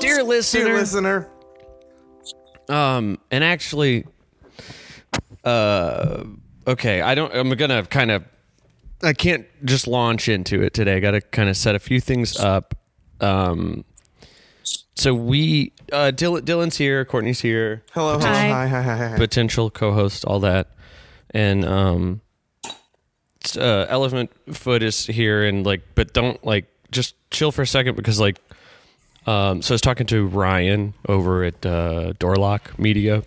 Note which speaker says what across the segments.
Speaker 1: dear listener,
Speaker 2: Dear listener,
Speaker 1: um, and actually, uh, okay, I don't. I'm gonna kind of. I can't just launch into it today. I got to kind of set a few things up. Um, so we, uh, Dylan, Dylan's here, Courtney's here,
Speaker 2: hello, hello,
Speaker 3: Hi.
Speaker 2: hi, hi, hi, hi. hi.
Speaker 1: potential co-host, all that, and um, s- uh, Elephant Foot is here, and like, but don't like just chill for a second because like, um, so I was talking to Ryan over at uh, Doorlock Media.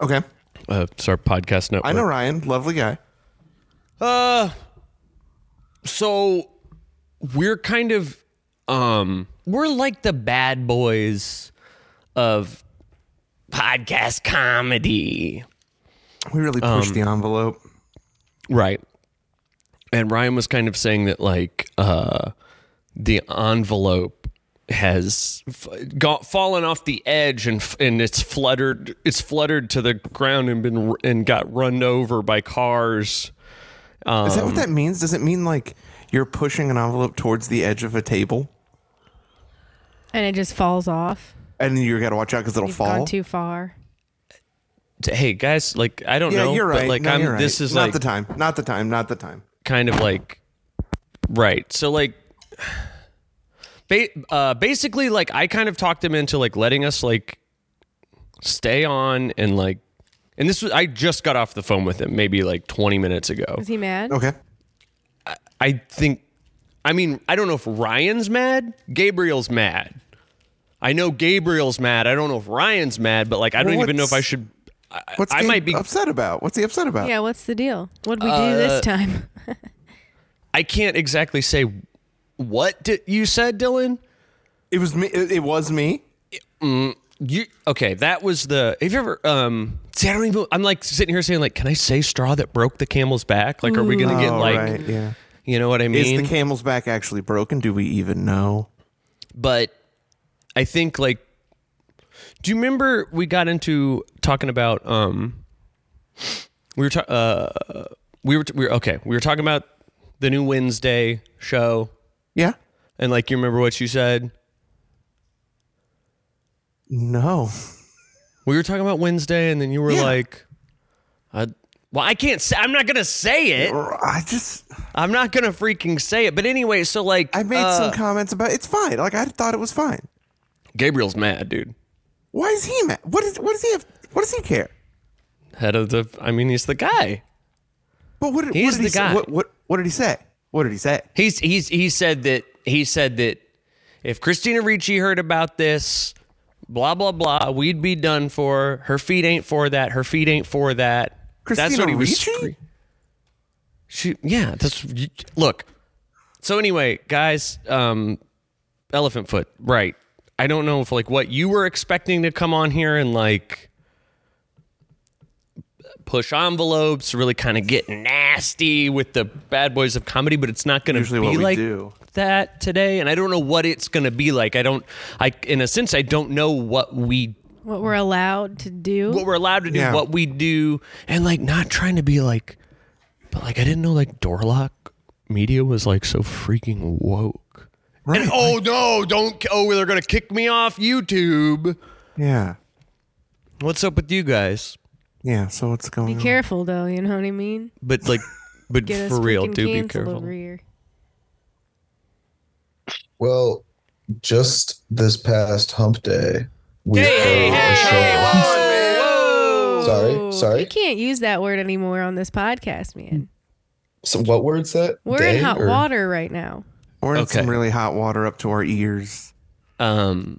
Speaker 2: okay,
Speaker 1: Uh, it's our podcast network.
Speaker 2: I know Ryan, lovely guy.
Speaker 1: so we're kind of um we're like the bad boys of podcast comedy
Speaker 2: We really
Speaker 1: Um,
Speaker 2: pushed the envelope.
Speaker 1: right and ryan was kind of saying that like uh the envelope has f- got fallen off the edge and f- and it's fluttered it's fluttered to the ground and been r- and got run over by cars
Speaker 2: Is
Speaker 1: um,
Speaker 2: that what that means? Does it mean like you're pushing an envelope towards the edge of a table
Speaker 3: and it just falls off.
Speaker 2: and you got to watch out because it'll
Speaker 3: You've
Speaker 2: fall?
Speaker 3: gone too far.
Speaker 1: hey guys like i don't
Speaker 2: yeah,
Speaker 1: know
Speaker 2: you're
Speaker 1: but,
Speaker 2: right.
Speaker 1: like
Speaker 2: No,
Speaker 1: i'm
Speaker 2: you're right.
Speaker 1: this is
Speaker 2: not
Speaker 1: like
Speaker 2: the time. Not the time. Not the time.
Speaker 1: kind of like right so like ba- uh, basically like i kind of talked him into like letting us like stay on and like and this was i just got off the phone with him maybe like 20 minutes ago
Speaker 3: Is he mad?
Speaker 2: Okay.
Speaker 1: i think i mean i don't know if ryan's mad gabriel's mad i know gabriel's mad i don't know if ryan's mad but like i don't even know if i
Speaker 2: What's-
Speaker 1: should I,
Speaker 2: What's
Speaker 1: I
Speaker 2: he
Speaker 1: might be
Speaker 2: upset about? What's he upset about?
Speaker 3: Yeah, what's the deal? What'd we do
Speaker 1: Uh,
Speaker 3: this time?
Speaker 1: i can't exactly say what di- you said dylan
Speaker 2: It was me. It, it was me.
Speaker 1: You okay? That was the. Have you ever? Um, see, I don't even. I'm like sitting here saying, like, can I say straw that broke the camel's back? Like, are we gonna get
Speaker 2: Oh,
Speaker 1: like,
Speaker 2: right, yeah.
Speaker 1: you know what I
Speaker 2: Is
Speaker 1: mean?
Speaker 2: the camel's back actually broken? Do we even know?
Speaker 1: but I think like, do you remember we got into talking about? Um, we were ta- uh, we were we were okay. We were talking about the new Wednesday show,
Speaker 2: Yeah.
Speaker 1: and like, you remember what you said?
Speaker 2: No.
Speaker 1: We were talking about Wednesday, and then you were
Speaker 2: Yeah.
Speaker 1: like, I, well, I can't say. I'm not gonna say it.
Speaker 2: I just
Speaker 1: I'm not gonna freaking say it, but anyway, so like
Speaker 2: I made
Speaker 1: uh,
Speaker 2: some comments about it's fine. Like I thought it was fine.
Speaker 1: Gabriel's mad, dude.
Speaker 2: Why is he mad? What is what does he have? What does he care?
Speaker 1: Head of the, I mean, he's the guy.
Speaker 2: But what, did-
Speaker 1: He's
Speaker 2: what did he
Speaker 1: the guy.
Speaker 2: Say? What, what what did he say? What did he say?
Speaker 1: He's he's he said that he said that if Christina Ricci heard about this, blah blah blah, we'd be done for. Her feet ain't for that. Her feet ain't for that. that's
Speaker 2: Christina
Speaker 1: what he was.
Speaker 2: Ricci?
Speaker 1: scre- She, yeah, that's you- look. So anyway, guys, um, elephant foot, right? I don't know if like what you were expecting to come on here and like push envelopes, really kind of get nasty with the bad boys of comedy, but it's not going to
Speaker 2: Usually
Speaker 1: be
Speaker 2: what we
Speaker 1: like
Speaker 2: do.
Speaker 1: that today. And I don't know what it's going to be like. I don't. I in a sense, I don't know what we
Speaker 3: What we're allowed to do?
Speaker 1: what we're allowed to do,
Speaker 2: Yeah.
Speaker 1: what we do, and like not trying to be like, but like I didn't know like Doorlock Media was like so freaking woke.
Speaker 2: Right.
Speaker 1: And oh no, don't oh they're gonna kick me off YouTube.
Speaker 2: yeah.
Speaker 1: What's up with you guys?
Speaker 2: Yeah. So what's
Speaker 3: be
Speaker 2: going on?
Speaker 3: careful though, you know what I mean?
Speaker 1: But like, but
Speaker 3: Get us
Speaker 1: for real,
Speaker 3: freaking
Speaker 1: do be
Speaker 3: canceled
Speaker 1: careful.
Speaker 3: Over here.
Speaker 4: Well, just this past hump day, we
Speaker 1: hey,
Speaker 4: heard
Speaker 1: hey,
Speaker 4: a show-
Speaker 3: Ooh,
Speaker 4: Sorry,
Speaker 3: You
Speaker 4: sorry.
Speaker 3: can't use that word anymore on this podcast, man.
Speaker 4: So what word's that?
Speaker 3: We're
Speaker 4: Day
Speaker 3: in hot
Speaker 4: or-
Speaker 3: water right now.
Speaker 2: We're in
Speaker 1: Okay.
Speaker 2: some really hot water up to our ears.
Speaker 1: Um,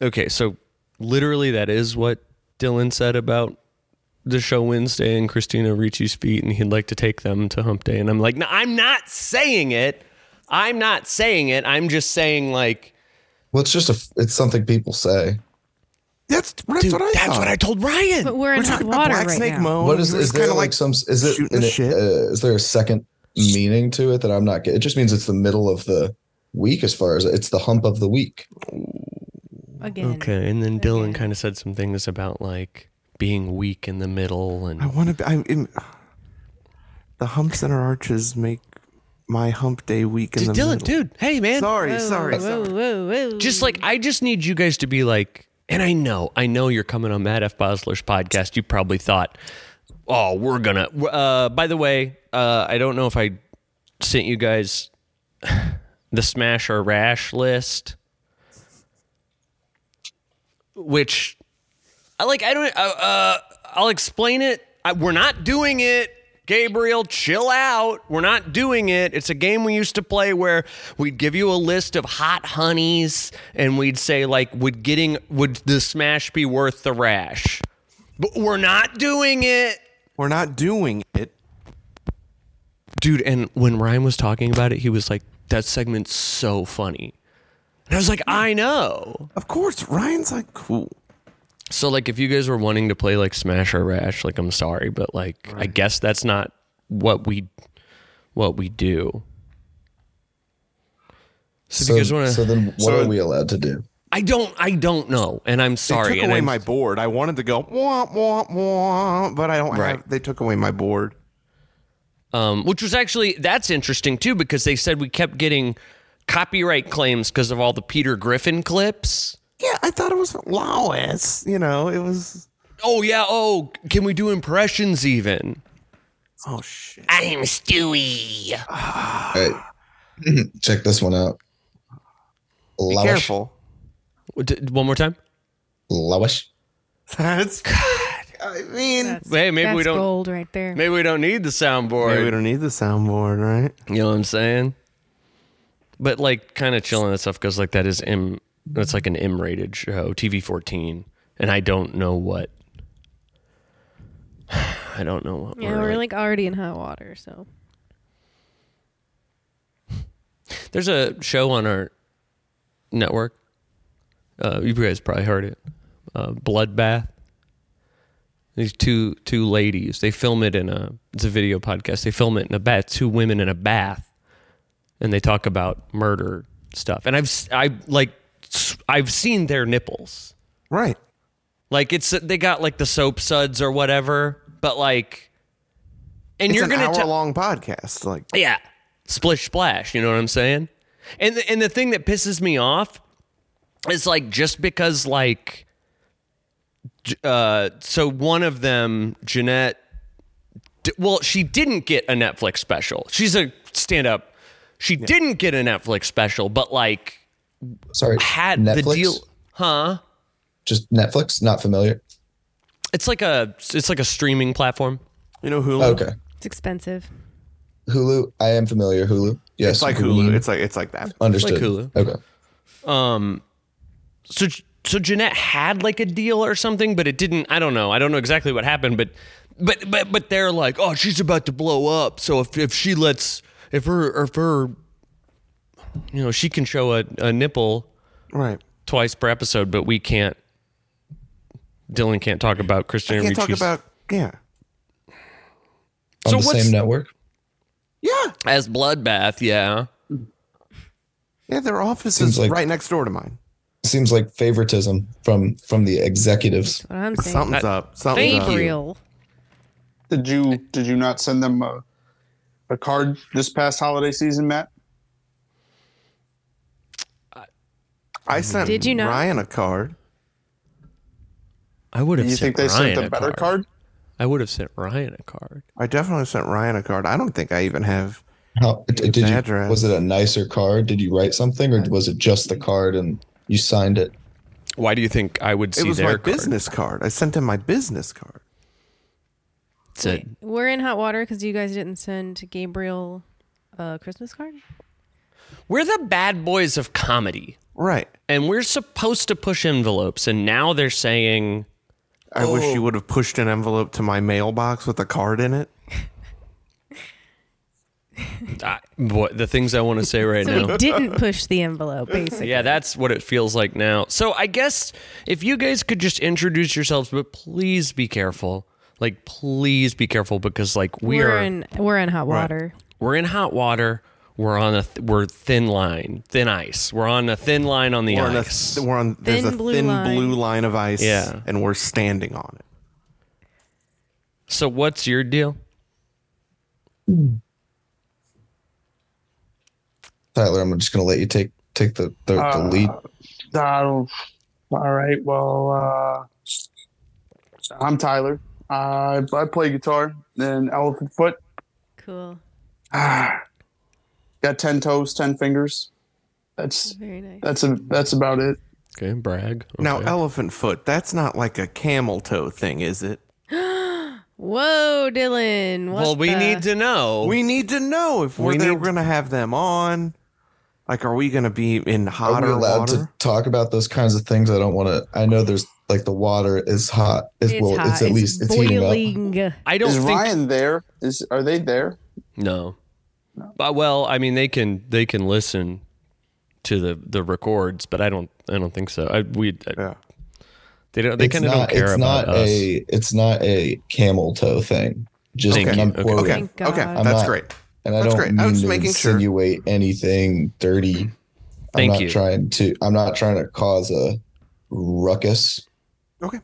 Speaker 1: okay, so literally that is what Dylan said about the show Wednesday and Christina Ricci's feet, and he'd like to take them to Hump Day. And I'm like, no, I'm not saying it. I'm not saying it. I'm just saying like,
Speaker 4: Well, it's just a. f- It's something people say.
Speaker 2: That's that's
Speaker 1: dude,
Speaker 2: what I
Speaker 1: that's
Speaker 2: thought.
Speaker 1: what I told
Speaker 3: But
Speaker 1: Ryan.
Speaker 3: we're,
Speaker 2: We're
Speaker 3: in hot
Speaker 2: talking about
Speaker 3: water
Speaker 2: Black
Speaker 3: right
Speaker 2: Snake
Speaker 3: now.
Speaker 2: Moan.
Speaker 4: What is?
Speaker 2: It's
Speaker 4: Is there
Speaker 2: kinda
Speaker 4: like, some? Is it?
Speaker 2: shooting the
Speaker 4: an-
Speaker 2: shit?
Speaker 4: Uh, is there a second meaning to it that I'm not getting? It just means it's the middle of the week, as far as it's the hump of the week.
Speaker 3: Again.
Speaker 1: Okay, and then Dylan
Speaker 3: Okay.
Speaker 1: kind of said some things about like being weak in the middle,
Speaker 2: I
Speaker 1: and
Speaker 2: want to. I'm in, the humps in our arches make my hump day week in
Speaker 1: Dude,
Speaker 2: the
Speaker 1: Dylan,
Speaker 2: middle.
Speaker 1: dude, hey man,
Speaker 2: Sorry,
Speaker 3: Whoa,
Speaker 2: sorry,
Speaker 3: whoa,
Speaker 2: sorry.
Speaker 3: whoa, whoa.
Speaker 1: just like I just need you guys to be like, and I know, I know you're coming on Matt F. Bosler's podcast. You probably thought, oh, we're gonna. Uh, by the way, uh, I don't know if I sent you guys the smash or rash list, which I like. I don't. Uh, uh, I'll explain it. I, we're not doing it. Gabriel, chill out. We're not doing it. It's a game we used to play where we'd give you a list of hot honeys and we'd say like would getting would the smash be worth the rash? But we're not doing it.
Speaker 2: We're not doing it.
Speaker 1: Dude, and when Ryan was talking about it, he was like that segment's so funny. And I was like, "I know."
Speaker 2: Of course, Ryan's like cool.
Speaker 1: So like if you guys were wanting to play like Smash or Rash, like I'm sorry, but like I guess that's not what we what we do. So,
Speaker 4: So,
Speaker 1: if you guys want to
Speaker 4: so then what
Speaker 2: So-
Speaker 4: are we allowed to do?
Speaker 1: I don't I don't know and I'm
Speaker 2: They
Speaker 1: sorry
Speaker 2: took
Speaker 1: and
Speaker 2: away
Speaker 1: I'm-
Speaker 2: my board. I wanted to go wah wah wah, but I don't
Speaker 1: Right.
Speaker 2: have. They took away my board.
Speaker 1: um which was actually that's interesting too because they said we kept getting copyright claims because of all the Peter Griffin clips.
Speaker 2: Yeah, I thought it was lawless. You know, it was.
Speaker 1: Oh yeah, oh, can we do impressions even?
Speaker 2: Oh shit!
Speaker 1: I'm Stewie.
Speaker 4: All right. Check this one out.
Speaker 2: Be
Speaker 4: Lowish.
Speaker 2: careful.
Speaker 1: D- One more time.
Speaker 4: Lowish.
Speaker 2: That's God. I mean,
Speaker 3: That's-
Speaker 1: Hey, maybe
Speaker 3: that's
Speaker 1: we don't-
Speaker 3: gold right there.
Speaker 1: Maybe we don't need the soundboard.
Speaker 2: maybe we don't need the soundboard, right?
Speaker 1: You know what I'm saying? But like kind of chilling and stuff because like that is M that's like an M rated show, TV fourteen. And I don't know what I don't know what
Speaker 3: yeah,
Speaker 1: we're,
Speaker 3: we're
Speaker 1: like-
Speaker 3: like already in hot water, so
Speaker 1: There's a show on our network. Uh, you guys probably heard it. Uh, Bloodbath. These two two ladies. They film it in a. It's a video podcast. They film it in a bath. Two women in a bath, and they talk about murder stuff. And I've s- I like s- I've seen their nipples.
Speaker 2: Right.
Speaker 1: Like it's they got like the soap suds or whatever. But like, and
Speaker 2: It's
Speaker 1: you're
Speaker 2: an
Speaker 1: gonna
Speaker 2: hour
Speaker 1: tell-
Speaker 2: long podcast. Like,
Speaker 1: yeah. Splish splash, you know what I'm saying? And the, and the thing that pisses me off is like just because like j- uh so one of them, Jeanette d- well, she didn't get a Netflix special. She's a stand-up. She didn't get a Netflix special, but like
Speaker 4: Sorry.
Speaker 1: had the
Speaker 4: Netflix?
Speaker 1: deal huh?
Speaker 4: Just Netflix. Not familiar.
Speaker 1: It's like a it's like a streaming platform.
Speaker 2: you know, Hulu.
Speaker 4: Okay.
Speaker 3: it's expensive.
Speaker 4: Hulu. I am familiar. Hulu. Yes.
Speaker 2: It's like
Speaker 4: Mm-hmm.
Speaker 2: Hulu. It's like it's like that.
Speaker 4: Understood.
Speaker 1: It's like Hulu.
Speaker 4: Okay.
Speaker 1: so so Jeanette had like a deal or something, but it didn't. I don't know. I don't know exactly what happened, but but but but they're like, oh, she's about to blow up. So if if she lets if her if her you know she can show a, a nipple
Speaker 2: Right.
Speaker 1: twice per episode, but we can't. Dylan can't talk about Christian
Speaker 2: Can't talk
Speaker 1: Ricci's-
Speaker 2: about yeah.
Speaker 4: On
Speaker 1: So
Speaker 4: the
Speaker 1: what's-
Speaker 4: same network.
Speaker 2: Yeah.
Speaker 1: as bloodbath. Yeah,
Speaker 2: Yeah, their office
Speaker 4: Seems
Speaker 2: is
Speaker 4: like-
Speaker 2: right next door to mine.
Speaker 4: Seems like favoritism from from the executives.
Speaker 3: What I'm saying.
Speaker 2: Something's up. Something's
Speaker 1: Thank
Speaker 2: up.
Speaker 1: you.
Speaker 3: Gabriel.
Speaker 5: Did you did you not send them a, a card this past holiday season, Matt?
Speaker 2: I sent
Speaker 3: Did you not?
Speaker 2: Ryan a card.
Speaker 1: I would have.
Speaker 5: You
Speaker 1: sent
Speaker 5: think they
Speaker 1: Ryan
Speaker 5: sent a better card?
Speaker 1: I would have sent Ryan a card.
Speaker 2: I definitely sent Ryan a card. I don't think I even have.
Speaker 4: How d- did
Speaker 2: the
Speaker 4: you?
Speaker 2: address.
Speaker 4: Was it a nicer card? Did you write something, or was it just the card and you signed it?
Speaker 1: Why do you think I would see
Speaker 2: It was
Speaker 1: their
Speaker 2: my
Speaker 1: card?
Speaker 2: business card. I sent him my business card.
Speaker 1: It's a-
Speaker 3: We're in hot water because you guys didn't send Gabriel a Christmas card.
Speaker 1: We're the bad boys of comedy.
Speaker 2: Right.
Speaker 1: and we're supposed to push envelopes and now they're saying
Speaker 2: I wish
Speaker 1: Oh.
Speaker 2: you would have pushed an envelope to my mailbox with a card in it.
Speaker 1: I, boy, the things i want to say right
Speaker 3: So
Speaker 1: now
Speaker 3: we didn't push the envelope, basically.
Speaker 1: yeah that's what it feels like now so i guess if you guys could just introduce yourselves but please be careful like please be careful because like we
Speaker 3: We're
Speaker 1: are
Speaker 3: in we're in hot water.
Speaker 1: we're in hot water we're on a th- we're thin line thin ice we're on a thin line on the
Speaker 2: We're on, a,
Speaker 1: ice
Speaker 2: th- we're on there's
Speaker 3: Thin
Speaker 2: a
Speaker 3: blue
Speaker 2: thin
Speaker 3: line.
Speaker 2: blue line of ice,
Speaker 1: Yeah.
Speaker 2: and we're standing on it.
Speaker 1: so what's your deal
Speaker 4: Tyler, I'm just gonna let you take take the the, the
Speaker 5: Uh,
Speaker 4: lead.
Speaker 5: I don't- all right. Well, uh, I'm Tyler. Uh, I, I play guitar and elephant foot.
Speaker 3: Cool.
Speaker 5: Ah, got ten toes, ten fingers. That's
Speaker 3: Very nice.
Speaker 5: that's a that's about it.
Speaker 1: Okay, brag. Okay.
Speaker 2: Now, elephant foot, that's not like a camel toe thing, is it?
Speaker 3: Whoa, Dylan. What
Speaker 1: well, we
Speaker 3: the-
Speaker 1: need to know.
Speaker 2: We need to know if
Speaker 1: We
Speaker 2: we're they're
Speaker 1: need-
Speaker 2: going to have them on. Like, are we going to be in
Speaker 4: Are we
Speaker 2: hotter
Speaker 4: allowed
Speaker 2: water?
Speaker 4: to talk about those kinds of things? I don't want to. I know there's like the water is hot. It's, well,
Speaker 3: hot.
Speaker 4: it's at least it's heating up.
Speaker 3: boiling.
Speaker 1: I don't
Speaker 5: Is
Speaker 1: think
Speaker 5: Ryan there? Is are they there?
Speaker 1: no. But well, I mean, they can they can listen to the the records, but I don't I don't think so. I we I-
Speaker 2: Yeah.
Speaker 1: they don't they
Speaker 4: It's
Speaker 1: kind of don't
Speaker 4: not-
Speaker 1: care
Speaker 4: it's
Speaker 1: about
Speaker 4: not
Speaker 1: us.
Speaker 4: a it's not a camel toe thing. Just
Speaker 1: Thank
Speaker 4: I'm
Speaker 1: you. Okay.
Speaker 4: quoting.
Speaker 3: Thank God.
Speaker 2: Okay,
Speaker 3: I'm
Speaker 2: that's
Speaker 4: Oh, not-
Speaker 2: great.
Speaker 4: and I
Speaker 2: That's
Speaker 4: don't
Speaker 2: great. I
Speaker 4: mean
Speaker 2: was
Speaker 4: to
Speaker 2: making sure. Mm-hmm.
Speaker 4: insinuate anything dirty. I'm
Speaker 1: Thank
Speaker 4: not
Speaker 1: you.
Speaker 4: trying to. I'm not trying to cause a ruckus.
Speaker 2: Okay.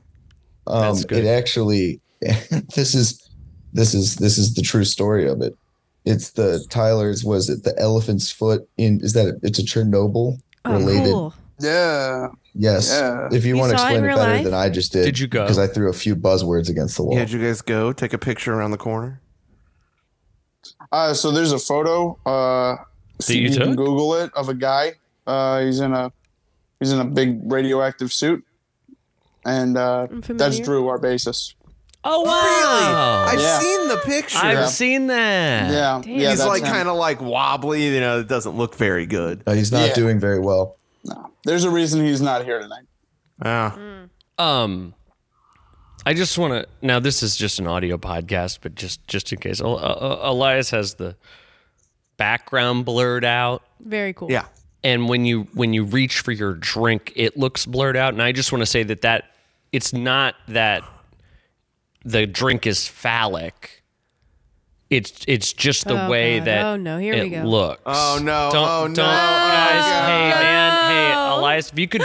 Speaker 4: Um,
Speaker 1: That's good.
Speaker 4: It actually, this is, this is this is the true story of it. It's the Tyler's. Was it the elephant's foot? In is that it's a Chernobyl
Speaker 3: Oh,
Speaker 4: related?
Speaker 3: cool.
Speaker 5: Yeah.
Speaker 4: Yes.
Speaker 5: Yeah.
Speaker 4: If you,
Speaker 3: You
Speaker 4: want to
Speaker 3: saw it in
Speaker 4: explain it
Speaker 3: real
Speaker 4: better
Speaker 3: life?
Speaker 4: than I just did,
Speaker 1: Did you go?
Speaker 4: Because I threw a few buzzwords against the wall.
Speaker 2: Yeah, did you guys go take a picture around the corner?
Speaker 5: Uh, so there's a photo. Uh,
Speaker 1: That you
Speaker 5: can
Speaker 1: took?
Speaker 5: Google it of a guy. Uh, he's in a he's in a big radioactive suit, and uh,
Speaker 3: I'm
Speaker 5: that's
Speaker 3: familiar.
Speaker 5: Drew, our bassist.
Speaker 1: Oh wow!
Speaker 2: I've
Speaker 5: Yeah.
Speaker 2: seen the picture.
Speaker 1: I've
Speaker 5: Yeah.
Speaker 1: seen that.
Speaker 5: Yeah,
Speaker 3: Damn.
Speaker 5: yeah.
Speaker 2: He's
Speaker 5: that's
Speaker 2: like
Speaker 5: him.
Speaker 2: kind of like wobbly, you know, it doesn't look very good.
Speaker 4: Uh, he's not
Speaker 5: Yeah.
Speaker 4: doing very well.
Speaker 5: There's a reason he's not here tonight.
Speaker 2: Yeah.
Speaker 1: Um, I just want to. Now, this is just an audio podcast, but just just in case, El- uh, Elias has the background blurred out,
Speaker 3: Very cool.
Speaker 2: Yeah.
Speaker 1: and when you when you reach for your drink, it looks blurred out. And I just want to say that that it's not that the drink is phallic. It's it's just the
Speaker 3: Oh,
Speaker 1: way
Speaker 3: God.
Speaker 1: that
Speaker 3: Oh, no. Here
Speaker 1: it
Speaker 3: we go.
Speaker 1: looks.
Speaker 2: Oh, no.
Speaker 1: Don't,
Speaker 2: Oh,
Speaker 1: don't,
Speaker 2: no.
Speaker 1: guys.
Speaker 2: Oh,
Speaker 1: Hey
Speaker 3: God.
Speaker 1: man.
Speaker 3: No.
Speaker 1: Hey Elias, if you could.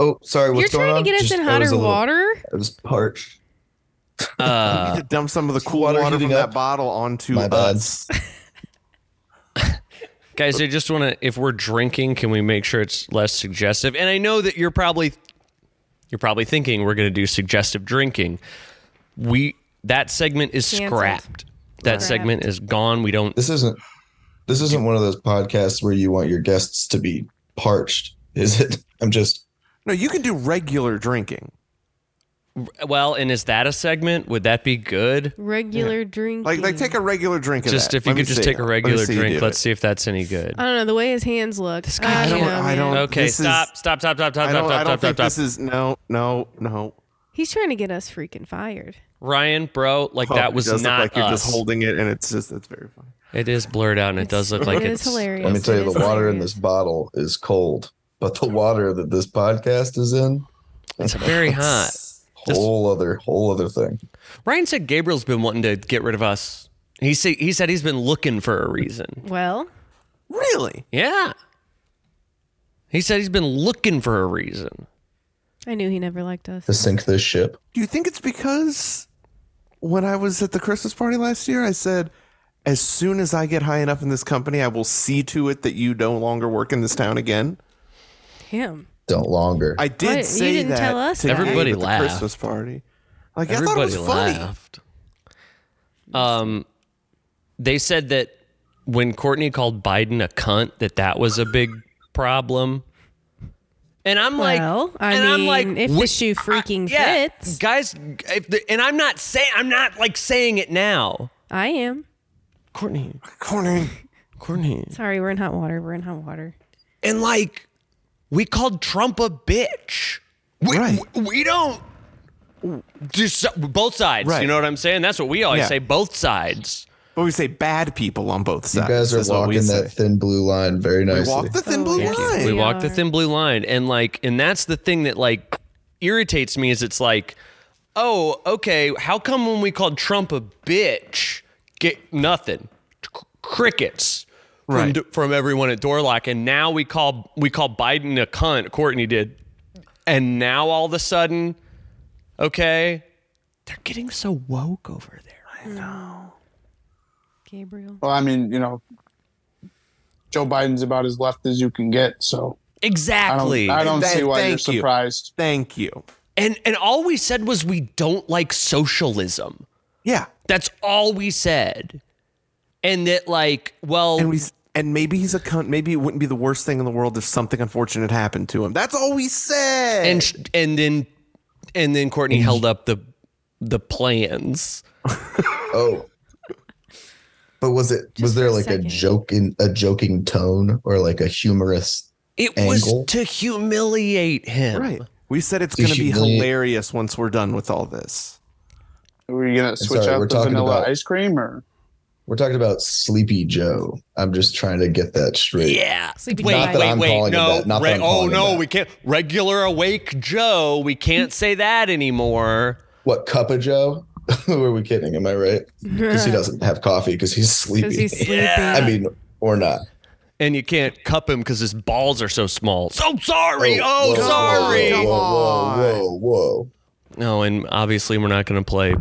Speaker 4: Oh, sorry. What's
Speaker 3: You're
Speaker 4: going
Speaker 3: trying to get
Speaker 4: on?
Speaker 3: us
Speaker 4: Just-
Speaker 3: in
Speaker 4: I was
Speaker 3: hotter
Speaker 4: a little-
Speaker 3: water?
Speaker 4: I was parched.
Speaker 1: Uh,
Speaker 2: You could dump some of the cool
Speaker 4: water
Speaker 2: water,
Speaker 4: heating
Speaker 2: from
Speaker 4: up.
Speaker 2: that bottle onto
Speaker 4: My bad.
Speaker 2: us.
Speaker 1: Guys, I just want to. If we're drinking, can we make sure it's less suggestive? And I know that you're probably you're probably thinking we're going to do suggestive drinking. We that segment is
Speaker 3: Canceled.
Speaker 1: scrapped. That
Speaker 3: Scrapped.
Speaker 1: segment is gone. We don't.
Speaker 4: This isn't. This isn't one of those podcasts where you want your guests to be parched, is it? I'm just.
Speaker 2: No, you can do regular drinking.
Speaker 1: Well, and is that a segment? Would that be good?
Speaker 3: Regular drinking.
Speaker 2: Like, like take a regular drink. Of
Speaker 1: Just
Speaker 2: that.
Speaker 1: if you
Speaker 2: Let me
Speaker 1: could just
Speaker 2: see.
Speaker 1: take a
Speaker 2: Let me
Speaker 1: regular
Speaker 2: see you
Speaker 1: drink.
Speaker 2: do
Speaker 1: Let's
Speaker 2: it.
Speaker 1: see if that's any good.
Speaker 3: I don't know the way his hands look. Um, I,
Speaker 2: I
Speaker 3: don't.
Speaker 2: don't- I don't-
Speaker 1: Okay,
Speaker 2: Oh, this is-
Speaker 1: stop, stop, stop, stop, stop,
Speaker 2: I don't. I
Speaker 1: stop,
Speaker 2: don't
Speaker 1: stop,
Speaker 2: think
Speaker 1: stop, stop,
Speaker 2: this is no, no, no.
Speaker 3: He's trying to get us freaking fired.
Speaker 1: Ryan, bro, like that
Speaker 2: Oh,
Speaker 1: was
Speaker 2: it does
Speaker 1: not
Speaker 2: look like you're
Speaker 1: us.
Speaker 2: just holding it, and it's just that's very funny.
Speaker 1: it is blurred out, and it does look like
Speaker 3: it
Speaker 1: it's
Speaker 3: is hilarious.
Speaker 4: Let me tell
Speaker 3: It
Speaker 4: you,
Speaker 3: is
Speaker 4: the water in
Speaker 3: hilarious.
Speaker 4: this bottle is cold, but the water that this podcast is in,
Speaker 1: it's very hot.
Speaker 4: whole other, whole other thing.
Speaker 1: Ryan said Gabriel's been wanting to get rid of us. He say, he said he's been looking for a reason.
Speaker 3: Well,
Speaker 2: Really?
Speaker 1: Yeah. He said he's been looking for a reason.
Speaker 3: I knew he never liked us.
Speaker 4: To sink this ship.
Speaker 2: Do you think it's because when I was at the Christmas party last year, I said, as soon as I get high enough in this company, I will see to it that you no longer work in this town again.
Speaker 3: Him.
Speaker 4: Don't longer.
Speaker 2: I did
Speaker 3: What? You
Speaker 2: say
Speaker 3: didn't
Speaker 2: that.
Speaker 3: tell us
Speaker 2: to
Speaker 3: that.
Speaker 2: Gabe
Speaker 1: Everybody
Speaker 2: at the
Speaker 1: laughed.
Speaker 2: Christmas party. Like I thought
Speaker 1: Everybody
Speaker 2: it was funny.
Speaker 1: laughed. Um, they said that when Courtney called Biden a cunt, that that was a big problem. And I'm
Speaker 3: Well,
Speaker 1: like,
Speaker 3: I
Speaker 1: and I'm
Speaker 3: mean,
Speaker 1: like,
Speaker 3: if
Speaker 1: we-
Speaker 3: the shoe freaking
Speaker 1: yeah,
Speaker 3: fits,
Speaker 1: guys. If the, and I'm not saying, I'm not like saying it now.
Speaker 3: I am.
Speaker 1: Courtney,
Speaker 2: Corny.
Speaker 1: Courtney.
Speaker 3: Sorry, we're in hot water. We're in hot water.
Speaker 1: and like we called Trump a bitch. We,
Speaker 2: Right.
Speaker 1: we, we don't just both sides.
Speaker 2: Right.
Speaker 1: You know what I'm saying? That's what we always
Speaker 2: Yeah.
Speaker 1: say. Both sides.
Speaker 2: But we say bad people on both
Speaker 4: you
Speaker 2: sides.
Speaker 4: guys are
Speaker 2: is what we
Speaker 4: walking
Speaker 2: say.
Speaker 4: that thin blue line very
Speaker 2: We
Speaker 4: nicely.
Speaker 2: walk the thin
Speaker 3: Oh,
Speaker 2: blue
Speaker 3: thank you.
Speaker 2: line.
Speaker 1: we
Speaker 3: We
Speaker 1: walk the
Speaker 3: are.
Speaker 1: thin blue line, and like, and that's the thing that like irritates me is it's like, oh, okay, how come when we called Trump a bitch, get nothing, C- crickets. From,
Speaker 2: Right.
Speaker 1: d- from everyone at Doorlock, and now we call we call Biden a cunt. Courtney did, and now all of a sudden, okay, they're getting so woke over there.
Speaker 3: Gabriel.
Speaker 5: Well, I mean, you know, Joe Biden's about as left as you can get. So I don't,
Speaker 1: Exactly.
Speaker 5: I don't
Speaker 2: Th-
Speaker 5: see why you're
Speaker 2: thank you.
Speaker 5: surprised.
Speaker 2: Thank you.
Speaker 1: and and all we said was we don't like socialism.
Speaker 2: Yeah,
Speaker 1: That's all we said. And that like, well,
Speaker 2: and we s- and maybe he's a cunt. Maybe it wouldn't be the worst thing in the world if something unfortunate happened to him. That's all we said.
Speaker 1: and sh- and then and then Courtney held up the the plans.
Speaker 4: Oh. But was it was there
Speaker 3: for a
Speaker 4: like a,
Speaker 3: second.
Speaker 4: joke in a joking tone or like a humorous
Speaker 1: It
Speaker 4: Angle.
Speaker 1: was to humiliate him.
Speaker 2: right, we said it's
Speaker 4: Did
Speaker 2: going to
Speaker 4: she
Speaker 2: be
Speaker 4: really-
Speaker 2: hilarious once we're done with all this.
Speaker 5: Were you gonna switch
Speaker 4: sorry, we're
Speaker 5: out the
Speaker 4: talking
Speaker 5: vanilla
Speaker 4: about-
Speaker 5: ice cream or
Speaker 4: We're talking about Sleepy Joe. I'm just trying to get that straight.
Speaker 1: Yeah.
Speaker 3: Sleepy
Speaker 1: wait,
Speaker 3: Joe
Speaker 4: Not that
Speaker 1: wait,
Speaker 4: I'm
Speaker 1: wait,
Speaker 4: calling it
Speaker 1: no.
Speaker 4: that. Not that
Speaker 1: Re-
Speaker 4: I'm
Speaker 1: oh
Speaker 4: calling it
Speaker 1: no,
Speaker 4: that.
Speaker 1: we can't. Regular awake Joe. We can't say that anymore.
Speaker 4: What cup of Joe? Who are we kidding? Am I right? Because he doesn't have coffee because he's sleepy.
Speaker 3: because Uh-huh. he's sleeping.
Speaker 1: Yeah.
Speaker 4: I mean, or not.
Speaker 1: And you can't cup him because his balls are so small. So sorry. Oh,
Speaker 4: whoa, whoa,
Speaker 1: sorry.
Speaker 4: Whoa, whoa, whoa, whoa, whoa.
Speaker 1: No, and obviously we're not going to play.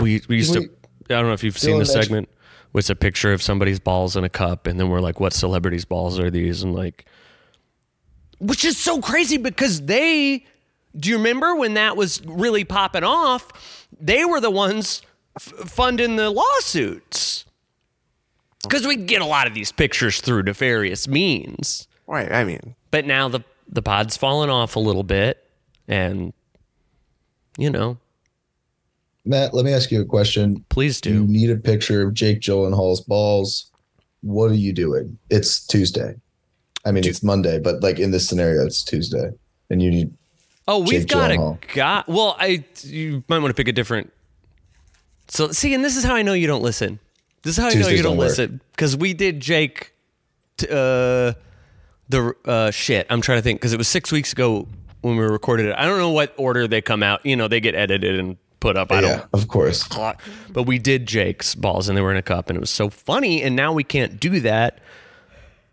Speaker 1: We we used to. I don't know if you've seen
Speaker 4: Dylan
Speaker 1: the
Speaker 4: mentioned-
Speaker 1: segment. It's a picture of somebody's balls in a cup, and then we're like, "What celebrities' balls are these?" And like, which is so crazy because they. Do you remember when that was really popping off? They were the ones f- funding the lawsuits because we get a lot of these pictures through nefarious means.
Speaker 2: Right. I mean,
Speaker 1: But now the the pod's fallen off a little bit, and you know,
Speaker 4: Matt, let me ask you a question.
Speaker 1: please do.
Speaker 4: You need a picture of Jake Gyllenhaal's balls. What are you doing? It's Tuesday. I mean, it's Monday, but like in this scenario, it's Tuesday, and you need
Speaker 1: Oh, we've
Speaker 4: Jake
Speaker 1: got a
Speaker 4: Gyllenhaal.
Speaker 1: guy. Well, I you might want to pick a different. So see, and this is how I know you don't listen. This is how I know
Speaker 4: Tuesdays
Speaker 1: you don't,
Speaker 4: don't work.
Speaker 1: listen because we did Jake. T- uh, the uh, shit. I'm trying to think because it was six weeks ago when we recorded it. I don't know what order they come out. You know, they get edited and put up. I don't
Speaker 4: yeah, of course.
Speaker 1: clock. But we did Jake's balls and they were in a cup and it was so funny. And now we can't do that.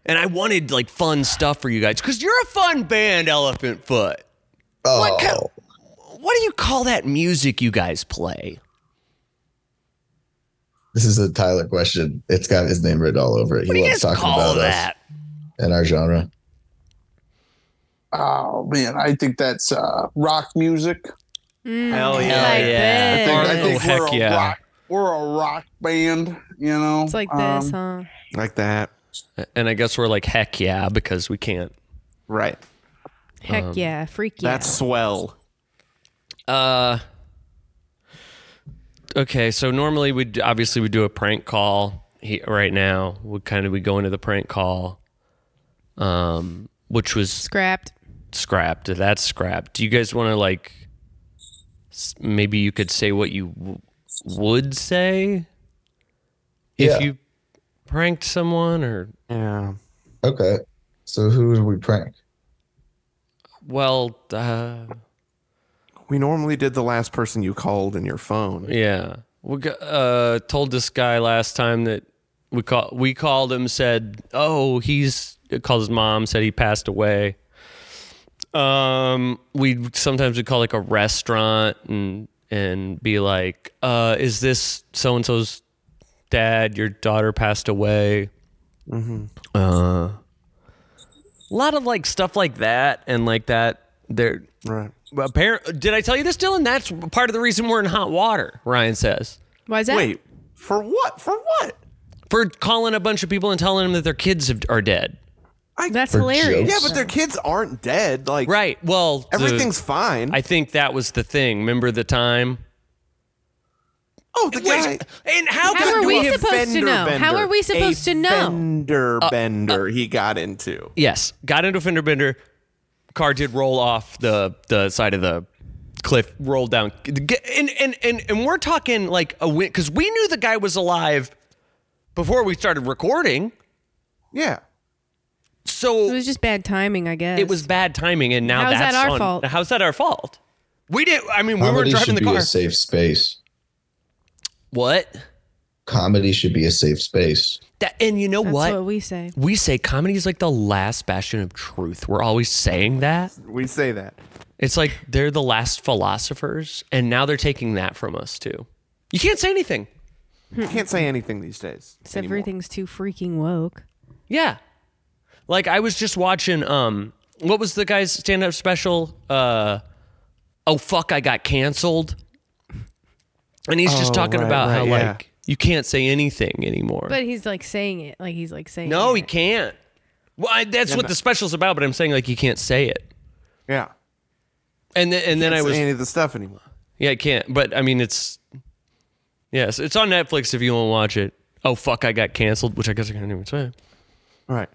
Speaker 1: And I wanted like fun stuff for you guys because you're a fun band, Elephant Foot.
Speaker 4: Oh,
Speaker 1: What, kind what do you call that music you guys play?
Speaker 4: this is a Tyler question. It's got his name written all over it.
Speaker 1: What do
Speaker 4: he
Speaker 1: you
Speaker 4: loves
Speaker 1: guys
Speaker 4: talking
Speaker 1: call
Speaker 4: about
Speaker 1: that?
Speaker 4: us and our genre.
Speaker 5: oh man, I think that's uh, rock music.
Speaker 3: Mm,
Speaker 1: Hell
Speaker 3: I
Speaker 1: yeah,
Speaker 3: like
Speaker 1: yeah.
Speaker 5: I
Speaker 3: this.
Speaker 5: think, I
Speaker 1: Oh,
Speaker 5: think we're
Speaker 1: heck
Speaker 5: a
Speaker 1: yeah.
Speaker 5: rock we're a rock band, you know.
Speaker 3: It's like
Speaker 5: Um,
Speaker 3: this, huh?
Speaker 2: like that.
Speaker 1: And I guess we're like, heck yeah, because we can't.
Speaker 2: Right.
Speaker 3: Heck yeah, freak yeah.
Speaker 2: That's swell.
Speaker 1: Uh, okay, so normally we obviously we do a prank call. He, right now, we kind of we go into the prank call, um, which was
Speaker 3: scrapped.
Speaker 1: scrapped. That's scrapped. Do you guys want to like? s- Maybe you could say what you w- would say if
Speaker 4: Yeah.
Speaker 1: you pranked someone, or
Speaker 2: Yeah.
Speaker 4: Okay. So who would we prank?
Speaker 1: well, uh,
Speaker 2: We normally did the last person you called in your phone.
Speaker 1: yeah. We g- uh, told this guy last time that we call we called him said, oh, he's called his mom said he passed away. um we sometimes we call like a restaurant and and be like uh is this so and so's dad your daughter passed away uh a lot of like stuff like that and like that there
Speaker 2: Right.
Speaker 1: apparent did i tell you this dylan that's part of the reason we're in hot water ryan says
Speaker 3: Why is that?
Speaker 2: Wait. For what? For what?
Speaker 1: for calling a bunch of people and telling them that their kids have, are dead
Speaker 3: That's
Speaker 4: For
Speaker 3: hilarious.
Speaker 4: jokes.
Speaker 2: Yeah, but their kids aren't dead. Like
Speaker 1: right well the-
Speaker 2: everything's fine.
Speaker 1: i think that was the thing remember the time
Speaker 2: oh, the guy.
Speaker 1: and how,
Speaker 3: How
Speaker 1: could
Speaker 3: are
Speaker 1: we
Speaker 3: we
Speaker 1: have Uh,
Speaker 3: supposed to know? How are we supposed to know?
Speaker 2: Fender bender he got into.
Speaker 1: Yes, got into a fender bender. Car did roll off the the side of the cliff, rolled down. And and and and we're talking like a win because we knew the guy was alive before we started recording.
Speaker 2: Yeah.
Speaker 3: It
Speaker 1: So
Speaker 3: was just bad timing, I guess.
Speaker 1: it was bad timing, and now
Speaker 3: How's that
Speaker 1: that's
Speaker 3: our
Speaker 1: on-
Speaker 3: fault?
Speaker 1: How's that our fault? We didn't. I mean, we were
Speaker 4: Comedy
Speaker 1: driving
Speaker 4: should
Speaker 1: the
Speaker 4: be
Speaker 1: car.
Speaker 4: a safe space.
Speaker 1: What?
Speaker 4: Comedy should be a safe space.
Speaker 1: That and you know
Speaker 3: That's
Speaker 1: what?
Speaker 3: what? we say.
Speaker 1: we say comedy is like the last bastion of truth. We're always saying that.
Speaker 2: We say that.
Speaker 1: It's like they're the last philosophers, and now they're taking that from us too. You can't say anything.
Speaker 3: Hmm.
Speaker 2: Can't say anything these days.
Speaker 3: Except everything's too freaking woke.
Speaker 1: Yeah. Like I was just watching um what was the guy's stand up special? Uh oh fuck I got canceled. And he's just
Speaker 2: Oh,
Speaker 1: talking
Speaker 2: right,
Speaker 1: about
Speaker 2: right,
Speaker 1: how
Speaker 2: yeah.
Speaker 1: like you can't say anything anymore.
Speaker 3: But he's like saying it, like he's like saying.
Speaker 1: no,
Speaker 3: it.
Speaker 1: he can't. Well, I, that's what
Speaker 2: but-
Speaker 1: the special's about, but I'm saying like you can't say it.
Speaker 2: Yeah.
Speaker 1: And then and then I
Speaker 2: Say
Speaker 1: was
Speaker 2: any of the stuff anymore.
Speaker 1: Yeah, I can't. But I mean, it's yes, it's on Netflix if you want to watch it. Oh fuck, I got canceled, which I guess I can't even say.
Speaker 2: Right.